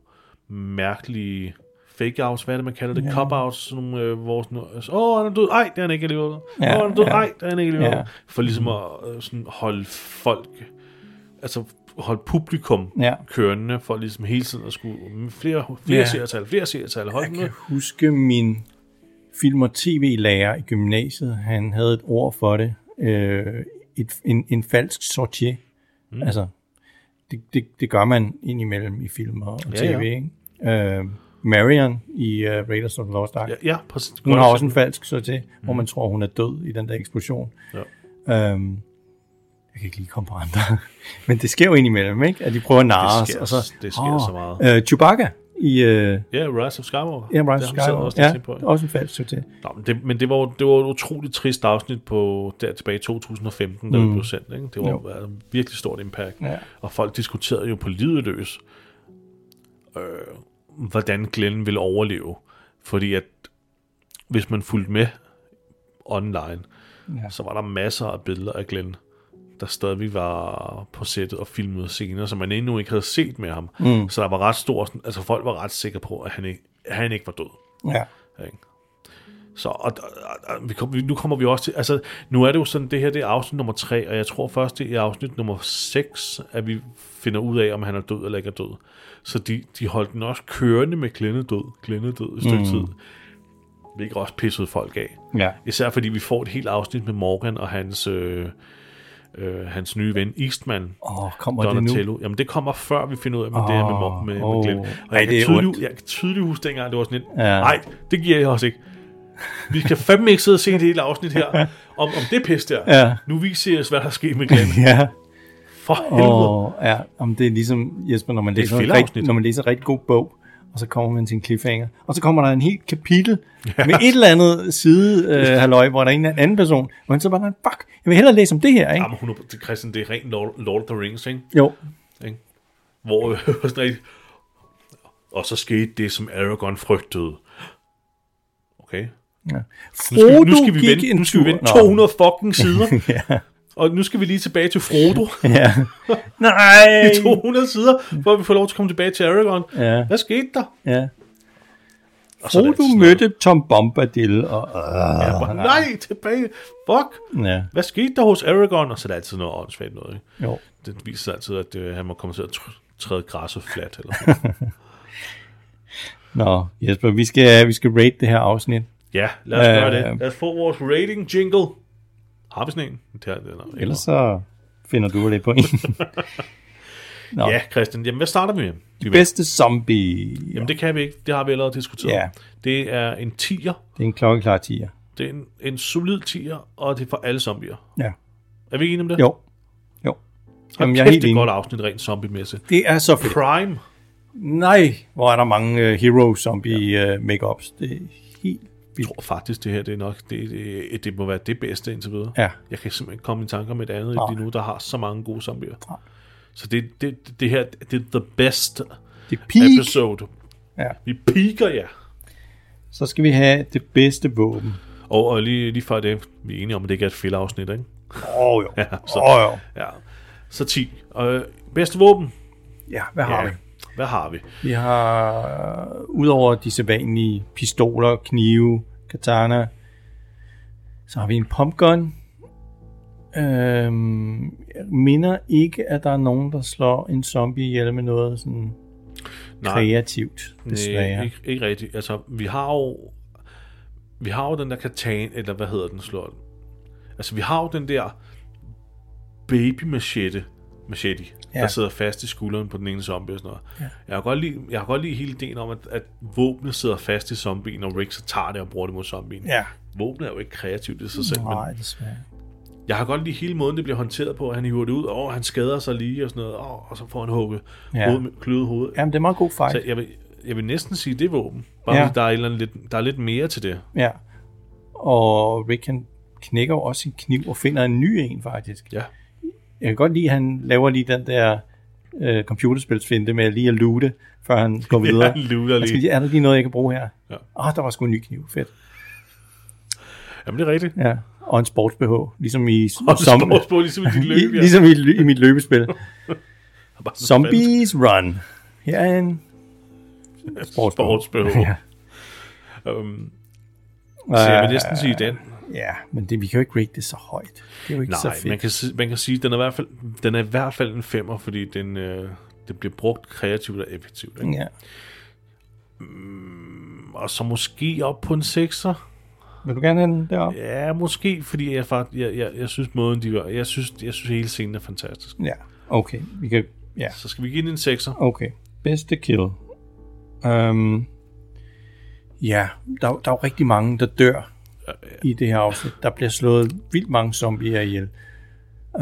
Speaker 1: mærkelige fake-outs, hvad er det, man kalder det? Ja. Cop-outs, sådan nogle, øh, hvor sådan noget, altså, åh, han er død, ej, det er han ikke alligevel. Åh,
Speaker 10: Ja,
Speaker 1: han er død,
Speaker 10: ja.
Speaker 1: ej, det er han ikke alligevel.
Speaker 10: Ja.
Speaker 1: Ja. For ligesom at øh, sådan holde folk, altså holde publikum
Speaker 10: Ja.
Speaker 1: kørende, for ligesom hele tiden at skulle, mm, flere, flere
Speaker 10: Ja.
Speaker 1: ja. seertal, flere seertal, hold
Speaker 10: Jeg
Speaker 1: med.
Speaker 10: kan huske min film- og tv-lærer i gymnasiet. Han havde et ord for det. Øh, et, en, en falsk sortier. Mm. Altså, det, det, det gør man indimellem i film og, og
Speaker 1: Ja,
Speaker 10: tv.
Speaker 1: ja.
Speaker 10: Ikke? Øh, Marion i uh, Raiders of the Lost Ark.
Speaker 1: Ja, ja, præcis.
Speaker 10: Hun
Speaker 1: Godt
Speaker 10: har
Speaker 1: eksempel.
Speaker 10: også en falsk sortier, mm. hvor man tror, hun er død i den der eksplosion. Ja. Øhm, jeg kan ikke lige komme på andre. Men det sker jo indimellem, ikke? At de prøver at narre
Speaker 1: Det
Speaker 10: os.
Speaker 1: sker-
Speaker 10: og så-
Speaker 1: det sker så
Speaker 10: Åh, Øh, Chewbacca i... Øh,
Speaker 1: Ja, Rise of Skywalker.
Speaker 10: Ja, Ryan
Speaker 1: Det har vi selv
Speaker 10: Skywalker.
Speaker 1: også
Speaker 10: ja,
Speaker 1: tænkt på, ja.
Speaker 10: også en falsk succes.
Speaker 1: Nå, men det, men det var, jo- det var et utroligt trist afsnit på der tilbage i 2015, da mm. det blev sendt. Ikke? Det var
Speaker 10: Jo.
Speaker 1: jo. et virkelig stort impact.
Speaker 10: Ja.
Speaker 1: Og folk diskuterede jo på livet løs. Øh, hvordan Glenn vil overleve. Fordi at hvis man fulgte med online, ja. så var der masser af billeder af Glenn, der stadigvæk var på sættet og filmede scener, som man endnu ikke havde set med ham. Mm. Så der var ret stor, sådan- altså folk var ret sikre på, at han ikke, at han ikke var død.
Speaker 10: Ja.
Speaker 1: Ikke? Så og, og, og, vi kom, vi- nu kommer vi også til, altså nu er det jo sådan, det her det er afsnit nummer 3, og jeg tror først det er i afsnit nummer 6, at vi finder ud af, om han er død eller ikke er død. Så de, de holdt den også kørende med klændedød, klændedød i stykke mm. tid, hvilket også pissede folk af.
Speaker 10: Ja.
Speaker 1: Især fordi vi får et helt afsnit med Morgan og hans, øh, øh, hans nye ven Eastman,
Speaker 10: Åh, oh, kommer det nu?
Speaker 1: Donatello. Jamen, det kommer før, vi finder ud af, med det her med, Mor- med, med
Speaker 10: åh.
Speaker 1: Glenn. Og
Speaker 10: Ej,
Speaker 1: jeg,
Speaker 10: det er
Speaker 1: kan tydeligt,
Speaker 10: ondt.
Speaker 1: jeg kan tydeligt huske dengang, det var sådan lidt,
Speaker 10: Ja.
Speaker 1: nej, det giver jeg også ikke. Vi kan fandme ikke sidde og se et helt afsnit her, om, om det pis der.
Speaker 10: Ja.
Speaker 1: Nu viser os, hvad der er sket med Glenn.
Speaker 10: Ja.
Speaker 1: For helvede.
Speaker 10: Og, ja, om det er ligesom, Jesper, når man,
Speaker 1: Det er et
Speaker 10: læser en
Speaker 1: filler-afsnit.
Speaker 10: rigtig, når man læser en rigtig god bog, og så kommer man til en cliffhanger, og så kommer der en helt kapitel med et eller andet side, øh, halløj, hvor der er en eller anden person, og man så bare, fuck, jeg vil hellere læse om det her, ikke?
Speaker 1: Jamen, 100, det, Christian, det er rent Lord, Lord of the Rings, ikke?
Speaker 10: Jo,
Speaker 1: ikke? Hvor øh, sådan rigtig, og så skete det, som Aragorn frygtede. Okay. Nu skal,
Speaker 10: Frodo
Speaker 1: nu skal vi
Speaker 10: gik
Speaker 1: vente,
Speaker 10: en
Speaker 1: nu skal vi
Speaker 10: tur.
Speaker 1: vente
Speaker 10: Nå.
Speaker 1: 200 fucking sider. Og nu skal vi lige tilbage til Frodo.
Speaker 10: Ja. Nej!
Speaker 1: i 200 sider, for at vi får lov til at komme tilbage til Aragorn.
Speaker 10: Ja.
Speaker 1: Hvad skete der?
Speaker 10: Ja.
Speaker 1: Og så er det altid
Speaker 10: Frodo
Speaker 1: sådan
Speaker 10: mødte Tom Bombadil, og... Øh,
Speaker 1: noget, hvor- Nej, tilbage. Fuck.
Speaker 10: ja.
Speaker 1: Hvad skete der hos Aragorn? Og så er det altid noget åndssvagt noget. Ikke?
Speaker 10: Jo.
Speaker 1: Det viser sig altid, at øh, han må komme til at tr- træde græsset fladt. Eller sådan. noget.
Speaker 10: Nå, Jesper, vi skal, vi skal rate det her afsnit.
Speaker 1: ja, lad os
Speaker 10: Øh,
Speaker 1: gøre det. Lad os få vores rating jingle. Har vi sådan en? Det her, det er, der-
Speaker 10: Ellers så finder du lidt på en. Nå.
Speaker 1: Ja, Christian. Jamen, hvad starter vi med? Vi ved-
Speaker 10: Bedste zombie.
Speaker 1: Jamen, det kan vi ikke. Det har vi allerede diskuteret.
Speaker 10: Ja.
Speaker 1: Det er en 10'er.
Speaker 10: Det er en klokkeklar 10'er.
Speaker 1: Det er en, en solid 10'er, og det er for alle zombier.
Speaker 10: Ja.
Speaker 1: Er vi enige om det?
Speaker 10: Jo. Jo. Jamen, jeg er
Speaker 1: Kæft,
Speaker 10: helt
Speaker 1: det er et
Speaker 10: enig.
Speaker 1: godt afsnit rent zombie-mæssigt.
Speaker 10: Det er så fedt.
Speaker 1: Prime.
Speaker 10: Nej, hvor er der mange uh, hero zombie uh, makeups. Det er helt
Speaker 1: Jeg
Speaker 10: vildt.
Speaker 1: tror faktisk, det her det er nok det, det, det må være det bedste indtil videre.
Speaker 10: Ja.
Speaker 1: Jeg kan simpelthen ikke komme i tanker om et andet
Speaker 10: Nej.
Speaker 1: end lige nu, der har så mange gode zombier.
Speaker 10: Nej.
Speaker 1: Så det, det, det her, det er the best
Speaker 10: Det er peak.
Speaker 1: episode.
Speaker 10: Ja.
Speaker 1: Vi piker jer. Ja.
Speaker 10: Så skal vi have det bedste våben.
Speaker 1: Og, og lige, lige før det, vi er enige om, at det ikke er et filler-afsnit, ikke?
Speaker 10: Åh oh, jo.
Speaker 1: Ja, så-
Speaker 10: Åh oh, jo.
Speaker 1: Ja. Så 10. Øh, bedste våben?
Speaker 10: Ja, hvad har vi?
Speaker 1: Hvad har vi?
Speaker 10: Vi har, øh, udover de sædvanlige pistoler, knive, katana, så har vi en pumpgun. Øhm, jeg minder ikke, at der er nogen, der slår en zombie ihjel med noget sådan kreativt, desværre.
Speaker 1: Nej, ikke, ikke rigtigt. Altså, vi har jo... Vi har jo den der katan, eller hvad hedder den, slår den? Altså, vi har jo den der baby machete, machete ja.
Speaker 10: Ja.
Speaker 1: der sidder fast i skulderen på den ene zombie og sådan noget. Ja. Jeg, kan godt lide, jeg kan godt lide hele ideen om, at, at våbnet sidder fast i zombien, og Rick så tager det og bruger det mod zombien.
Speaker 10: Ja.
Speaker 1: Våbnet er jo ikke kreativt i sig selv, men
Speaker 10: Nej, desværre.
Speaker 1: jeg har godt lide hele måden, det bliver håndteret på. Han hiver det ud, og åh, han skader sig lige og sådan noget, åh, og så får han hugget ja.
Speaker 10: Ja.
Speaker 1: hoved, kløet hovedet.
Speaker 10: Jamen, det er meget god fight.
Speaker 1: Så jeg vil, jeg vil næsten sige, det er våben. Bare
Speaker 10: Ja.
Speaker 1: ja. der, er et eller andet, lidt, der er lidt mere til det.
Speaker 10: Ja. Og Rick, han knækker jo også sin kniv og finder en ny en, faktisk.
Speaker 1: Ja.
Speaker 10: Jeg kan godt lide, at han laver lige den der øh, computerspilsfinte med lige at loote, før han går videre.
Speaker 1: han looter
Speaker 10: Han skal
Speaker 1: lige.
Speaker 10: lige. Er der lige noget, jeg kan bruge her?
Speaker 1: Ja.
Speaker 10: Åh, oh, der var sgu en ny kniv. Fedt.
Speaker 1: Jamen, det er rigigt.
Speaker 10: Ja. Og en sports-BH, ligesom i,
Speaker 1: Og så som... på ligesom i dit løb, ja.
Speaker 10: ligesom i, ly- i mit løbespil.
Speaker 1: Bare så
Speaker 10: Zombies Run. Her er en sports,
Speaker 1: Sportsbehov.
Speaker 10: Ja.
Speaker 1: Øhm, så jeg vil næsten sige den.
Speaker 10: ja, men det, vi kan jo ikke rate det så højt. Det er jo ikke så
Speaker 1: Nej,
Speaker 10: fedt.
Speaker 1: man kan, si- man kan sige, at den er, i hvert fald, den er i hvert fald en femmer, fordi den, øh, det bliver brugt kreativt og effektivt. Ikke?
Speaker 10: Ja. Mm.
Speaker 1: Og så måske op på en sekser.
Speaker 10: Vil du gerne have den deroppe?
Speaker 1: Ja, måske, fordi jeg, fakt- jeg, jeg, jeg synes måden, de gør. Jeg synes, jeg synes hele scenen er fantastisk.
Speaker 10: Ja, okay. Vi kan, ja,
Speaker 1: Så skal vi give den en sekser.
Speaker 10: okay. Bedste kill. Um, ja, der, der er jo rigtig mange, der dør øh, i det her afsnit. Der bliver slået vildt mange zombier ihjel.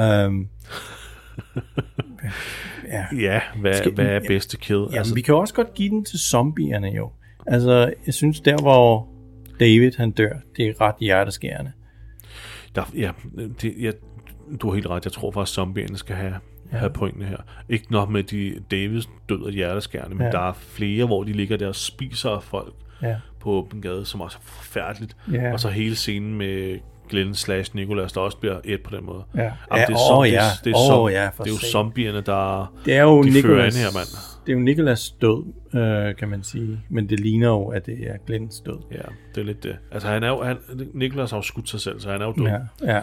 Speaker 10: Um,
Speaker 1: Ja, hvad,
Speaker 10: Skal-
Speaker 1: hvad er bedste kæde?
Speaker 10: jamen, altså, vi kan jo også godt give den til zombierne jo. Altså, jeg synes, der hvor David han dør, det er ret hjerteskærende.
Speaker 1: Der, ja, det, ja, du har helt ret. Jeg tror faktisk, zombierne skal have ja. have pointene her. Ikke nok med, at de Davis død og hjerteskærende, men
Speaker 10: Ja.
Speaker 1: ja. der er flere, hvor de ligger der og spiser folk
Speaker 10: Ja.
Speaker 1: på åben gade, som også er forfærdeligt.
Speaker 10: Ja.
Speaker 1: Og så hele scenen med Glenn slash Nicholas, der også bliver et på den måde.
Speaker 10: Ja.
Speaker 1: Jamen, det er,
Speaker 10: Ja,
Speaker 1: som,
Speaker 10: åh,
Speaker 1: det,
Speaker 10: ja.
Speaker 1: er- det, er
Speaker 10: Åh,
Speaker 1: som,
Speaker 10: ja, for
Speaker 1: det er jo
Speaker 10: satan.
Speaker 1: zombierne, der
Speaker 10: Det er jo
Speaker 1: de fører an
Speaker 10: Nicolas,
Speaker 1: her, mand.
Speaker 10: det er jo Nicolas død, øh, kan man sige. Men det ligner jo, at det er Glens død.
Speaker 1: Ja, det er lidt det. Altså, han er jo, han, Nicholas har jo skudt sig selv, så han er jo død.
Speaker 10: Ja,
Speaker 1: Ja.
Speaker 10: ja.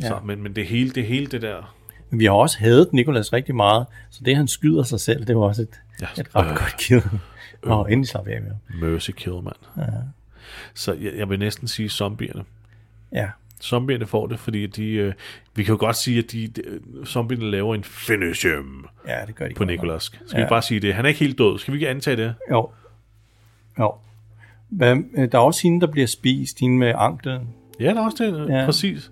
Speaker 1: Ja. Så, men, men det hele, det hele det der...
Speaker 10: Men vi har også hadet Nikolas rigtig meget, så det, han skyder sig selv, det var også et,
Speaker 1: Ja.
Speaker 10: et ret
Speaker 1: Øh.
Speaker 10: godt kid. Nå, endelig slap jeg af med ham.
Speaker 1: Mercy kill, mand. Ja. Så jeg, jeg vil næsten sige zombierne.
Speaker 10: Ja,
Speaker 1: Zombierne får det, fordi de... Øh, vi kan jo godt sige, at de, de, øh, zombierne laver en finish him
Speaker 10: ja, det gør de
Speaker 1: på
Speaker 10: godt nok.
Speaker 1: Nicolas. Skal ja.
Speaker 10: Ja.
Speaker 1: vi bare sige det? Han er ikke helt død. Skal vi ikke antage det?
Speaker 10: Jo. Jo. Hvad, øh, der er også hende, der bliver spist, hende med anklen.
Speaker 1: Ja, der er også det.
Speaker 10: Ja.
Speaker 1: Ja. Præcis.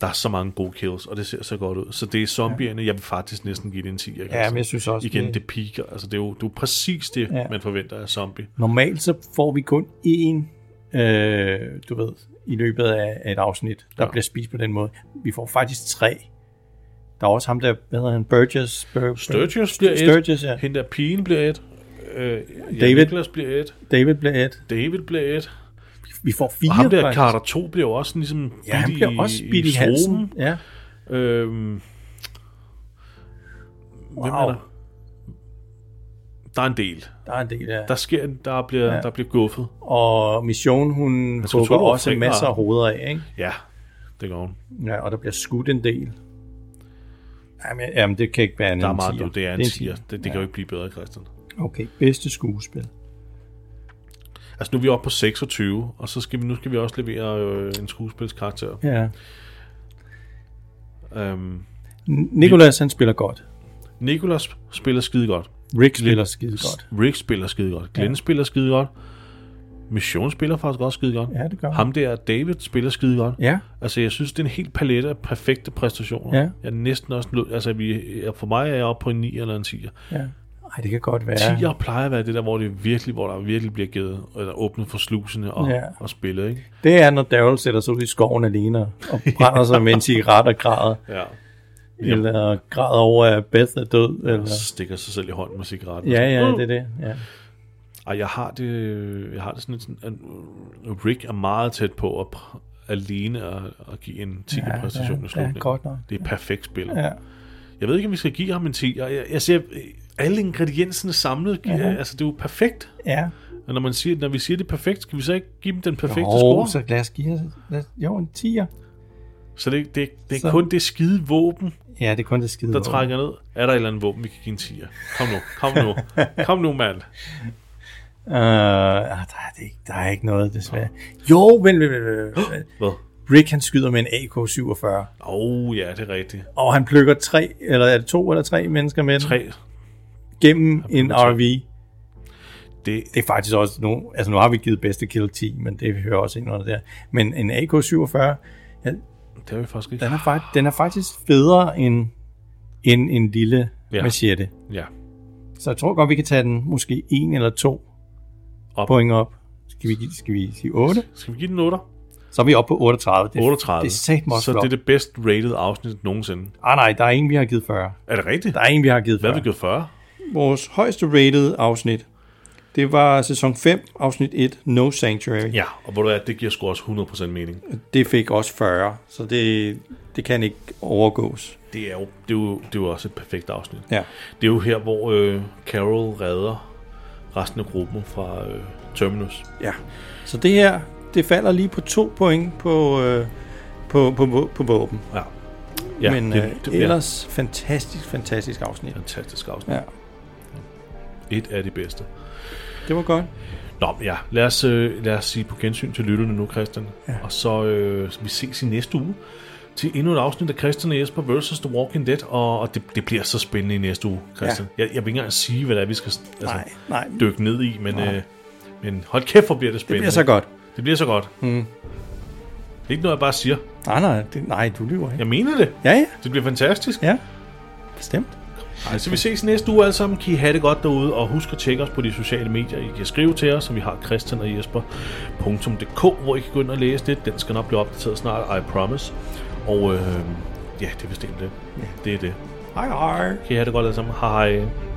Speaker 1: Der er så mange gode kills, og det ser så godt ud. Så det er zombierne, ja. jeg vil faktisk næsten give det en 10.
Speaker 10: Ja, men jeg synes også,
Speaker 1: Igen,
Speaker 10: det-
Speaker 1: det, det piker. Altså, det er jo, det er jo præcis det,
Speaker 10: Ja.
Speaker 1: ja. man forventer af zombie.
Speaker 10: Normalt så får vi kun én, øh, du ved, i løbet af, af et afsnit, der ja.
Speaker 1: Ja.
Speaker 10: bliver spist på den måde. Vi får faktisk tre. Der er også ham der, hvad hedder han, Burgess? Bur- Bur-
Speaker 1: Sturgis bliver et.
Speaker 10: Sturgis, ja.
Speaker 1: Hende der pigen bliver et. Øh, David.
Speaker 10: David.
Speaker 1: Nicholas bliver et.
Speaker 10: David bliver et.
Speaker 1: David bliver et.
Speaker 10: Vi får fire.
Speaker 1: Og ham der
Speaker 10: faktisk.
Speaker 1: Carter 2 bliver jo også sådan ligesom
Speaker 10: Ja, han
Speaker 1: bidt
Speaker 10: bliver også bidt i halsen.
Speaker 1: struben.
Speaker 10: Ja.
Speaker 1: Øhm, Hvem er
Speaker 10: Wow.
Speaker 1: der? Der er en del.
Speaker 10: Der er en del af.
Speaker 1: Der, sker, en- der, bliver,
Speaker 10: Ja.
Speaker 1: ja. der bliver guffet.
Speaker 10: Og Mission, hun
Speaker 1: skal
Speaker 10: hugger
Speaker 1: tro, du har
Speaker 10: også
Speaker 1: fingre.
Speaker 10: masser af hoveder af, ikke?
Speaker 1: Ja, det gør hun.
Speaker 10: Ja, og der bliver skudt en del. Jamen, jamen det kan ikke være andet
Speaker 1: Der er
Speaker 10: end
Speaker 1: meget
Speaker 10: tier.
Speaker 1: død. Det er en tier. Det, det ja. kan jo ikke blive bedre, Christian.
Speaker 10: Okay, bedste skuespil.
Speaker 1: Altså nu er vi oppe på 26, og så skal vi, nu skal vi også levere øh, en skuespilskarakter.
Speaker 10: Ja.
Speaker 1: Øhm,
Speaker 10: Nikolas, han spiller godt.
Speaker 1: Nicolas spiller skide godt.
Speaker 10: Rick spiller skide godt.
Speaker 1: Rick spiller skide godt. Glenn
Speaker 10: Ja.
Speaker 1: ja. spiller skide godt. Mission spiller faktisk også skide godt.
Speaker 10: Ja, det gør han.
Speaker 1: Ham der, David, spiller skide godt.
Speaker 10: Ja,
Speaker 1: Altså, jeg synes, det er en helt palet af perfekte præstationer.
Speaker 10: Ja.
Speaker 1: Jeg er næsten også nødt... Altså, vi, jeg- for mig er jeg oppe på en 9 eller en 10'er.
Speaker 10: ja. Ej, det kan godt være.
Speaker 1: 10'er plejer at være det der, hvor, det virkelig, hvor der virkelig bliver givet, eller åbnet for slusene og,
Speaker 10: Ja.
Speaker 1: ja. og spillet, ikke?
Speaker 10: Det er, når Daryl sætter sig ud i skoven alene og brænder sig med en cigaret og græder.
Speaker 1: Ja.
Speaker 10: Eller græder over, at Beth er død. Eller...
Speaker 1: Så stikker sig selv i hånden med cigaretten.
Speaker 10: Ja, ja,
Speaker 1: Uh.
Speaker 10: det er det. Ja.
Speaker 1: Ej, jeg har det, jeg har det sådan, sådan at Rick er meget tæt på at pr- alene at, at give en 10
Speaker 10: Ja,
Speaker 1: ja,
Speaker 10: det er-
Speaker 1: præstation
Speaker 10: det er
Speaker 1: i slutningen.
Speaker 10: godt nok.
Speaker 1: Det er et perfekt spil.
Speaker 10: Ja.
Speaker 1: Jeg ved ikke, om vi skal give ham en 10. Jeg, jeg ser øh, alle ingredienserne samlet. gi- Altså, det er jo perfekt.
Speaker 10: ja.
Speaker 1: Og når, man siger, når vi siger, det er perfekt, skal vi så ikke give dem den perfekte
Speaker 10: Jo,
Speaker 1: score?
Speaker 10: så lad os give os, lad os, jo, en 10'er.
Speaker 1: Så det, det, det er
Speaker 10: så-
Speaker 1: kun det skide våben,
Speaker 10: Ja, det er kun det skide.
Speaker 1: der
Speaker 10: våben.
Speaker 1: trækker ned. Er der et eller andet våben, vi kan give en 10? Kom nu, kom nu, kom nu, mand.
Speaker 10: Øh, ah, der, er det ikke, der er ikke noget, desværre. Jo, men, men, men, men, men
Speaker 1: Hvad?
Speaker 10: Rick han skyder med en AK-47,
Speaker 1: Åh, oh, ja, det er rigtigt.
Speaker 10: og han plukker tre, eller er det to eller tre mennesker med den,
Speaker 1: Tre.
Speaker 10: gennem en
Speaker 1: plukker tre.
Speaker 10: RV.
Speaker 1: Det,
Speaker 10: Det er faktisk også nu, altså nu har vi givet bedste kill 10, men det hører også ind under der. Men en AK-47, ja,
Speaker 1: det har vi faktisk ikke.
Speaker 10: den, er faktisk, den er faktisk federe end, end en lille ja.
Speaker 1: Ja.
Speaker 10: machete.
Speaker 1: Ja.
Speaker 10: Så jeg tror godt, vi kan tage den måske en eller to
Speaker 1: Op.
Speaker 10: point op. Skal vi, give- skal vi sige 8?
Speaker 1: Skal vi give den 8?
Speaker 10: Så er vi oppe på 38. Det,
Speaker 1: 38.
Speaker 10: Det er satme også
Speaker 1: Så
Speaker 10: flot.
Speaker 1: det er det bedst rated afsnit nogensinde.
Speaker 10: Ah, nej, der er en, vi har givet 40.
Speaker 1: Er det rigtigt?
Speaker 10: Der er en, vi har givet
Speaker 1: Hvad
Speaker 10: 40.
Speaker 1: har vi givet 40?
Speaker 10: Vores højeste rated afsnit, det var sæson 5, afsnit 1, No Sanctuary.
Speaker 1: Ja, og hvor du er, det giver sgu også 100% mening.
Speaker 10: Det fik også 40, så det, det kan ikke overgås.
Speaker 1: Det er, jo, det, er jo, det er jo også et perfekt afsnit.
Speaker 10: Ja.
Speaker 1: Det er jo her, hvor øh, Carol redder resten af gruppen fra øh, Terminus.
Speaker 10: ja. Så det her, det falder lige på to point på, øh, på, på, på, på våben.
Speaker 1: Ja,
Speaker 10: Ja, Men det, øh,
Speaker 1: det bliver ellers...
Speaker 10: ellers fantastisk, fantastisk afsnit.
Speaker 1: et fantastisk afsnit.
Speaker 10: Ja,
Speaker 1: Et af de bedste.
Speaker 10: det var godt.
Speaker 1: Nå, men ja, lad os, øh, lad os sige på gensyn til lytterne nu, Christian. Ja. Og så øh, så vi ses i næste uge til endnu et afsnit af Christian og Jesper vs. The Walking Dead. Og, og det, det bliver så spændende i næste uge, Christian. Ja. Jeg, jeg vil ikke engang sige, hvad det er, vi skal altså,
Speaker 10: Nej, nej.
Speaker 1: dykke ned i, men, øh, men hold kæft, hvor bliver det
Speaker 10: Det
Speaker 1: spændende.
Speaker 10: bliver så godt.
Speaker 1: Det bliver så godt. Mm. Ikke noget, jeg bare siger.
Speaker 10: Nej, nej, det, nej du lyver ikke.
Speaker 1: Jeg mener det.
Speaker 10: Ja, ja,
Speaker 1: Det bliver fantastisk.
Speaker 10: ja. Bestemt.
Speaker 1: Ej, så vi ses næste uge alle sammen. Kan I have det godt derude, og husk at tjekke os på de sociale medier. I kan skrive til os, som vi har Christian og Jesper.dk, hvor I kan gå ind og læse det. Den skal nok blive opdateret snart, I promise. Og øh, ja, det er bestemt det. Det er det.
Speaker 10: Hej, hej.
Speaker 1: Kan I have det godt alle sammen? Hej.